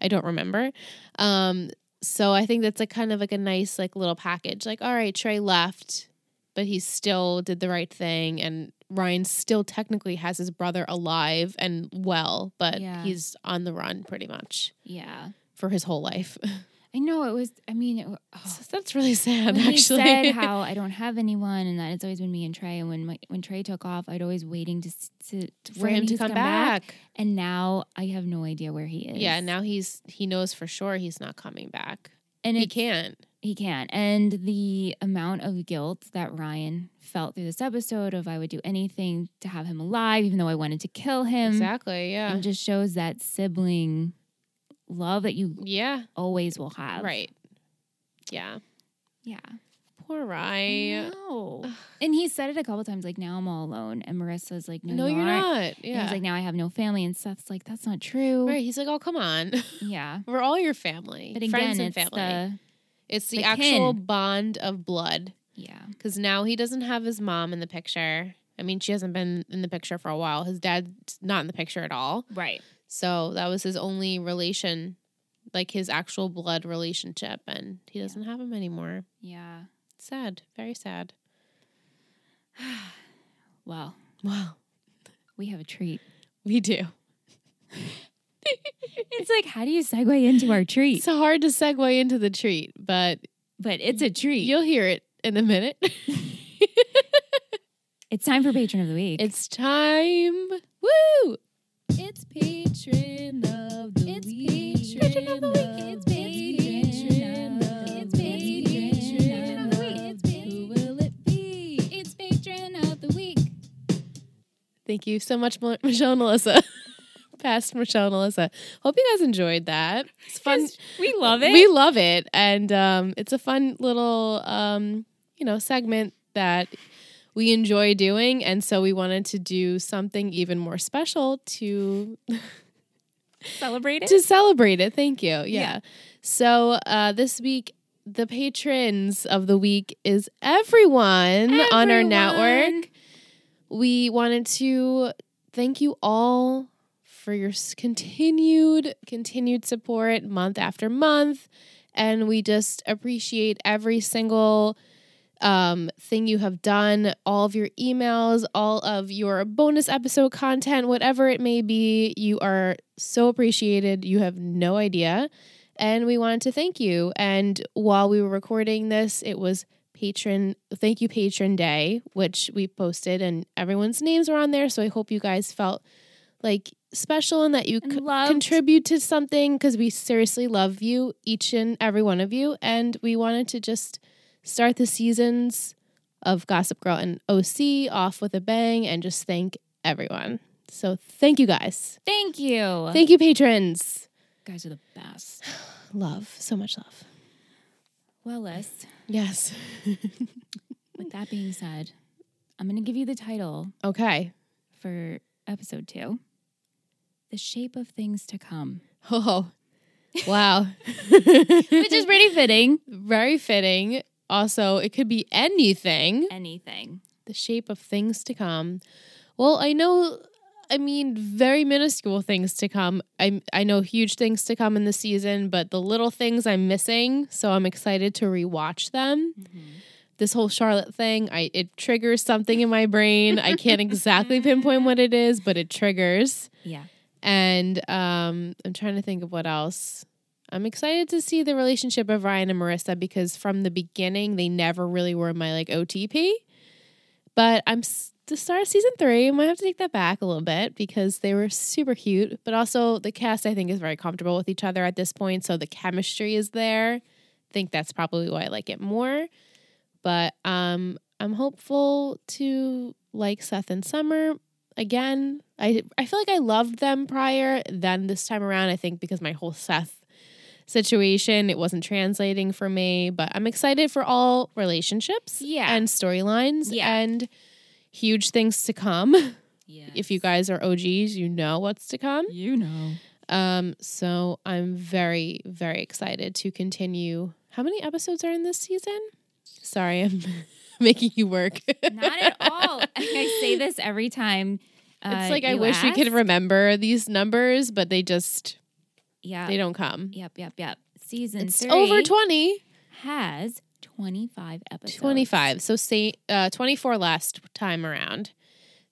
[SPEAKER 3] I don't remember. Um, So I think that's like kind of like a nice like little package. Like, all right, Trey left, but he still did the right thing and Ryan still technically has his brother alive and well, but
[SPEAKER 2] Yeah.
[SPEAKER 3] he's on the run pretty much
[SPEAKER 2] Yeah.
[SPEAKER 3] for his whole life. (laughs)
[SPEAKER 2] Oh. I know it was, I mean, it, wa- oh.
[SPEAKER 3] So that's really sad
[SPEAKER 2] When he
[SPEAKER 3] actually. (laughs)
[SPEAKER 2] said how I don't have anyone, and that it's always been me and Trey. And when my, when Trey took off, I'd always waiting to, s- to
[SPEAKER 3] for him to come, back.
[SPEAKER 2] And now I have no idea where he is.
[SPEAKER 3] Yeah, and now he's he knows for sure he's not coming back.
[SPEAKER 2] and
[SPEAKER 3] he
[SPEAKER 2] it's-
[SPEAKER 3] can't.
[SPEAKER 2] He can't. And the amount of guilt that Ryan felt through this episode of I would do anything to have him alive, even though I wanted to kill him,
[SPEAKER 3] Exactly.
[SPEAKER 2] and
[SPEAKER 3] Yeah.
[SPEAKER 2] just shows that sibling love that you
[SPEAKER 3] Yeah.
[SPEAKER 2] always will have.
[SPEAKER 3] Right. Yeah.
[SPEAKER 2] Yeah.
[SPEAKER 3] Poor Ryan.
[SPEAKER 2] No. and he said it a couple times, like now I'm all alone. And Marissa's like, no,
[SPEAKER 3] No, you're not.
[SPEAKER 2] And
[SPEAKER 3] Yeah.
[SPEAKER 2] He's like, now I have no family. And Seth's like, that's not true.
[SPEAKER 3] right. He's like, oh, come on. (laughs)
[SPEAKER 2] Yeah.
[SPEAKER 3] We're all your family.
[SPEAKER 2] But again,
[SPEAKER 3] Friends and
[SPEAKER 2] it's
[SPEAKER 3] family.
[SPEAKER 2] the,
[SPEAKER 3] it's the,
[SPEAKER 2] the
[SPEAKER 3] actual
[SPEAKER 2] kin.
[SPEAKER 3] bond of blood.
[SPEAKER 2] yeah.
[SPEAKER 3] Because now he doesn't have his mom in the picture. I mean, she hasn't been in the picture for a while. His dad's not in the picture at all.
[SPEAKER 2] Right.
[SPEAKER 3] So that was his only relation, like his actual blood relationship. And he doesn't have him anymore.
[SPEAKER 2] Yeah. (sighs)
[SPEAKER 3] Sad. Very sad.
[SPEAKER 2] Well,
[SPEAKER 3] Wow.
[SPEAKER 2] we have a
[SPEAKER 3] (laughs)
[SPEAKER 2] treat.
[SPEAKER 3] We do.
[SPEAKER 2] It's like, how do you segue into our treat?
[SPEAKER 3] It's hard to segue into the treat, but
[SPEAKER 2] but it's a treat.
[SPEAKER 3] you'll hear it in
[SPEAKER 2] (laughs)
[SPEAKER 3] a minute.
[SPEAKER 2] It's time for patron of the week.
[SPEAKER 3] it's time. Woo!
[SPEAKER 2] it's patron of the it's week. Patron of the week. It's patron of the week. It's patron of the week. It's patron of the week. Who will it be? It's patron of the week.
[SPEAKER 3] Thank you so much, Mel- (laughs) Michelle and Alyssa. Past Michelle and Alyssa. Hope you guys enjoyed that. It's fun.
[SPEAKER 2] We love it.
[SPEAKER 3] We love it, and um, it's a fun little um, you know segment that we enjoy doing, and so we wanted to do something even more special to
[SPEAKER 2] celebrate it.
[SPEAKER 3] to celebrate it. Thank you. Yeah.
[SPEAKER 2] Yeah.
[SPEAKER 3] So uh, this week, the patrons of the week is everyone, on our network. We wanted to thank you all for your s- continued continued support month after month, and we just appreciate every single um, thing you have done, all of your emails, all of your bonus episode content, whatever it may be. You are so appreciated. You have no idea. And we wanted to thank you. And while we were recording this, it was patron thank you patron day which we posted and everyone's names were on there so i hope you guys felt like special and that you
[SPEAKER 2] And
[SPEAKER 3] c-
[SPEAKER 2] loved.
[SPEAKER 3] contribute to something because we seriously love you each and every one of you and we wanted to just start the seasons of Gossip Girl and OC off with a bang and just thank everyone. So thank you guys.
[SPEAKER 2] Thank you.
[SPEAKER 3] Thank you, patrons.
[SPEAKER 2] guys are the best.
[SPEAKER 3] Love. So much love.
[SPEAKER 2] Well, Les,
[SPEAKER 3] Yes. (laughs)
[SPEAKER 2] with that being said, I'm going to give you the title
[SPEAKER 3] okay.
[SPEAKER 2] for episode two The Shape of Things to (laughs) Come,
[SPEAKER 3] Oh. (laughs) Wow.
[SPEAKER 2] which is pretty fitting.
[SPEAKER 3] very fitting. Also, it could be anything.
[SPEAKER 2] Anything.
[SPEAKER 3] the shape of things to come. Well, I know I mean very minuscule things to come. I I know huge things to come in the season, but the little things I'm missing, so I'm excited to rewatch them. This whole Charlotte thing, I it triggers something in my brain. I can't exactly pinpoint what it is, but it triggers.
[SPEAKER 2] Yeah.
[SPEAKER 3] And um I'm trying to think of what else. I'm excited to see the relationship of Ryan and Marissa because from the beginning they never really were my like OTP. But I'm s- the start of season three. I might have to take that back a little bit because they were super cute. But also the cast I think is very comfortable with each other at this point, so the chemistry is there. I think that's probably why I like it more. But um, I'm hopeful to like Seth and Summer again. I I feel like I loved them prior. Then this time around, I think because my whole Seth situation, it wasn't translating for me. But I'm excited for all relationships
[SPEAKER 2] Yeah.
[SPEAKER 3] and storylines
[SPEAKER 2] Yeah.
[SPEAKER 3] and huge things to come. (laughs)
[SPEAKER 2] Yeah.
[SPEAKER 3] If you guys are OGs, you know what's to come.
[SPEAKER 2] You know.
[SPEAKER 3] Um, so I'm very, very excited to continue. How many episodes are in this season? Sorry, I'm (laughs) making you work. (laughs)
[SPEAKER 2] Not at all. (laughs) I say this every time. Uh,
[SPEAKER 3] It's like I
[SPEAKER 2] you
[SPEAKER 3] wish we could
[SPEAKER 2] ask.
[SPEAKER 3] remember these numbers, but they just
[SPEAKER 2] Yeah.
[SPEAKER 3] they don't come.
[SPEAKER 2] Yep, yep, yep. Season
[SPEAKER 3] It's
[SPEAKER 2] three
[SPEAKER 3] over 20.
[SPEAKER 2] has 25 episodes.
[SPEAKER 3] 25. So say uh, 24 last time around.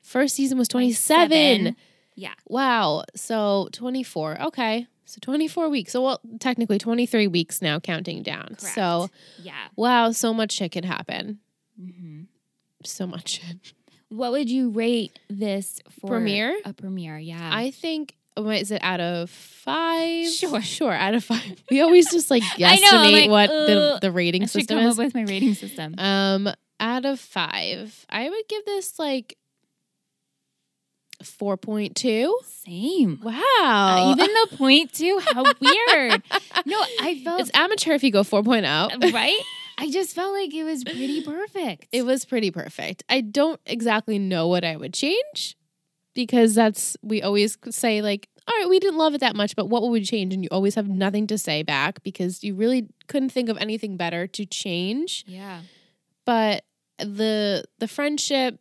[SPEAKER 3] First season was 27.
[SPEAKER 2] Yeah.
[SPEAKER 3] Wow. So 24. Okay. So 24 weeks. So well, technically 23 weeks now counting down.
[SPEAKER 2] Correct.
[SPEAKER 3] So
[SPEAKER 2] Yeah.
[SPEAKER 3] wow, so much shit can happen.
[SPEAKER 2] hmm
[SPEAKER 3] So much shit.
[SPEAKER 2] What would you rate this for
[SPEAKER 3] Premiere?
[SPEAKER 2] A premiere, yeah.
[SPEAKER 3] I think oh, wait, is it out of five?
[SPEAKER 2] Sure.
[SPEAKER 3] sure. Out of five. (laughs) We always just like
[SPEAKER 2] (laughs) I know, I'm
[SPEAKER 3] guesstimate
[SPEAKER 2] like,
[SPEAKER 3] what
[SPEAKER 2] uh,
[SPEAKER 3] the, the rating
[SPEAKER 2] I should
[SPEAKER 3] system
[SPEAKER 2] come
[SPEAKER 3] is.
[SPEAKER 2] up with my rating system.
[SPEAKER 3] Um, out of five, I would give this like four point two.
[SPEAKER 2] Same.
[SPEAKER 3] Wow,
[SPEAKER 2] Uh, even
[SPEAKER 3] (laughs)
[SPEAKER 2] the point two, how weird. no, I felt
[SPEAKER 3] Uh, it's amateur if you go oh. 4.0.
[SPEAKER 2] right? I just felt like it was pretty perfect.
[SPEAKER 3] It was pretty perfect. I don't exactly know what I would change because that's we always say like, all right, we didn't love it that much, but what would we change? And you always have nothing to say back because you really couldn't think of anything better to change.
[SPEAKER 2] yeah.
[SPEAKER 3] but the the friendship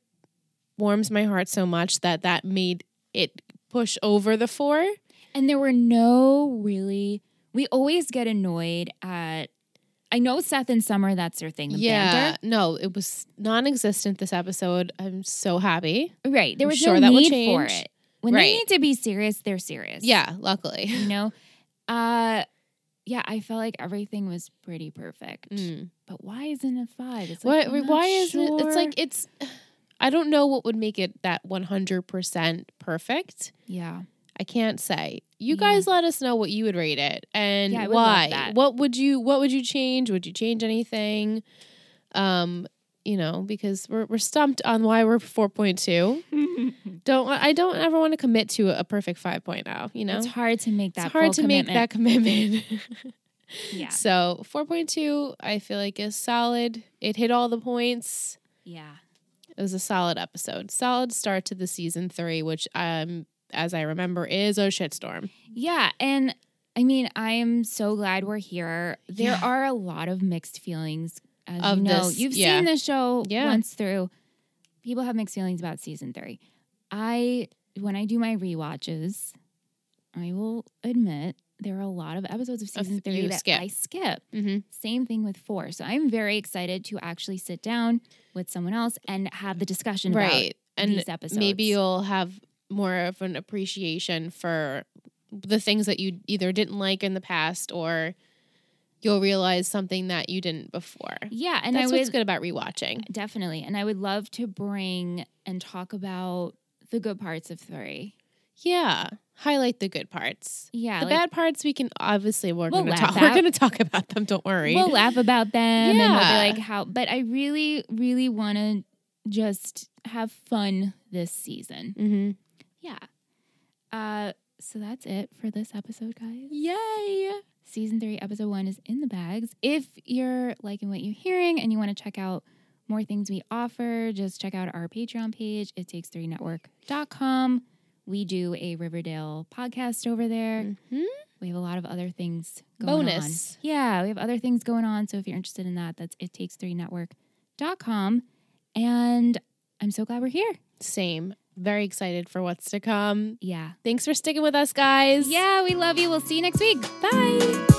[SPEAKER 3] warms my heart so much that that made it push over the four
[SPEAKER 2] And there were no really we always get annoyed at I know Seth and Summer, that's their thing. The banter.
[SPEAKER 3] no it was non-existent this episode i'm so happy
[SPEAKER 2] Right. There
[SPEAKER 3] I'm
[SPEAKER 2] was
[SPEAKER 3] sure
[SPEAKER 2] no
[SPEAKER 3] that will
[SPEAKER 2] need
[SPEAKER 3] change.
[SPEAKER 2] for it. When
[SPEAKER 3] Right.
[SPEAKER 2] they need to be serious, they're serious.
[SPEAKER 3] yeah
[SPEAKER 2] (laughs)
[SPEAKER 3] luckily
[SPEAKER 2] You know? Uh yeah, I felt like everything was pretty perfect.
[SPEAKER 3] Mm.
[SPEAKER 2] But why isn't it five? It's
[SPEAKER 3] why,
[SPEAKER 2] like, I'm not
[SPEAKER 3] why is it
[SPEAKER 2] sure.
[SPEAKER 3] it's like it's i don't know what would make it that 100% perfect (laughs)
[SPEAKER 2] Yeah.
[SPEAKER 3] i can't say you
[SPEAKER 2] Yeah.
[SPEAKER 3] guys let us know what you would rate it and
[SPEAKER 2] Yeah, I would love
[SPEAKER 3] why
[SPEAKER 2] that.
[SPEAKER 3] what would you what would you change would you change anything um you know because we're, we're stumped on why we're 4.2 don't i don't ever want to commit to a perfect 5.0 you know
[SPEAKER 2] It's hard to make
[SPEAKER 3] It's
[SPEAKER 2] that.
[SPEAKER 3] hard
[SPEAKER 2] full
[SPEAKER 3] to
[SPEAKER 2] commitment.
[SPEAKER 3] make that commitment
[SPEAKER 2] Yeah.
[SPEAKER 3] (laughs) so 4.2 i feel like is solid it hit all the points
[SPEAKER 2] Yeah.
[SPEAKER 3] it was a solid episode solid start to the season three which um as i remember is a shitstorm
[SPEAKER 2] Yeah, and I mean, I am so glad we're here. There
[SPEAKER 3] Yeah.
[SPEAKER 2] are a lot of mixed feelings, as
[SPEAKER 3] Of
[SPEAKER 2] you know.
[SPEAKER 3] this,
[SPEAKER 2] You've
[SPEAKER 3] yeah.
[SPEAKER 2] seen the show
[SPEAKER 3] Yeah.
[SPEAKER 2] once through. People have mixed feelings about season three. I, when I do my rewatches, I will admit there are a lot of episodes of season
[SPEAKER 3] you
[SPEAKER 2] three that
[SPEAKER 3] skip.
[SPEAKER 2] I skip.
[SPEAKER 3] mm-hmm.
[SPEAKER 2] Same thing with four. So I'm very excited to actually sit down with someone else and have the discussion about
[SPEAKER 3] right and
[SPEAKER 2] these episodes.
[SPEAKER 3] maybe you'll have more of an appreciation for the things that you either didn't like in the past or you'll realize something that you didn't before
[SPEAKER 2] yeah, and
[SPEAKER 3] and that's
[SPEAKER 2] I would
[SPEAKER 3] what's good about rewatching
[SPEAKER 2] Definitely. And I would love to bring and talk about the good parts of three.
[SPEAKER 3] yeah highlight the good parts
[SPEAKER 2] Yeah.
[SPEAKER 3] the
[SPEAKER 2] like,
[SPEAKER 3] bad parts we can obviously we're
[SPEAKER 2] We'll
[SPEAKER 3] gonna
[SPEAKER 2] laugh
[SPEAKER 3] talk we're
[SPEAKER 2] at.
[SPEAKER 3] gonna talk about them don't worry
[SPEAKER 2] we'll laugh about them and we'll
[SPEAKER 3] Yeah.
[SPEAKER 2] be like how but I really, really wanna just have fun this season.
[SPEAKER 3] mm-hmm.
[SPEAKER 2] Yeah. Uh so that's it for this episode, guys.
[SPEAKER 3] yay
[SPEAKER 2] Season three, episode one is in the bags. If you're liking what you're hearing and you want to check out more things we offer, just check out our Patreon page, it takes three network.com. We do a Riverdale podcast over there.
[SPEAKER 3] mm-hmm.
[SPEAKER 2] We have a lot of other things going
[SPEAKER 3] Bonus.
[SPEAKER 2] on. Yeah, we have other things going on. So if you're interested in that, that's it takes three network.com. And I'm so glad we're here.
[SPEAKER 3] same very excited for what's to come
[SPEAKER 2] Yeah.
[SPEAKER 3] thanks for sticking with us guys
[SPEAKER 2] Yeah, we love you. We'll see you next week. Bye.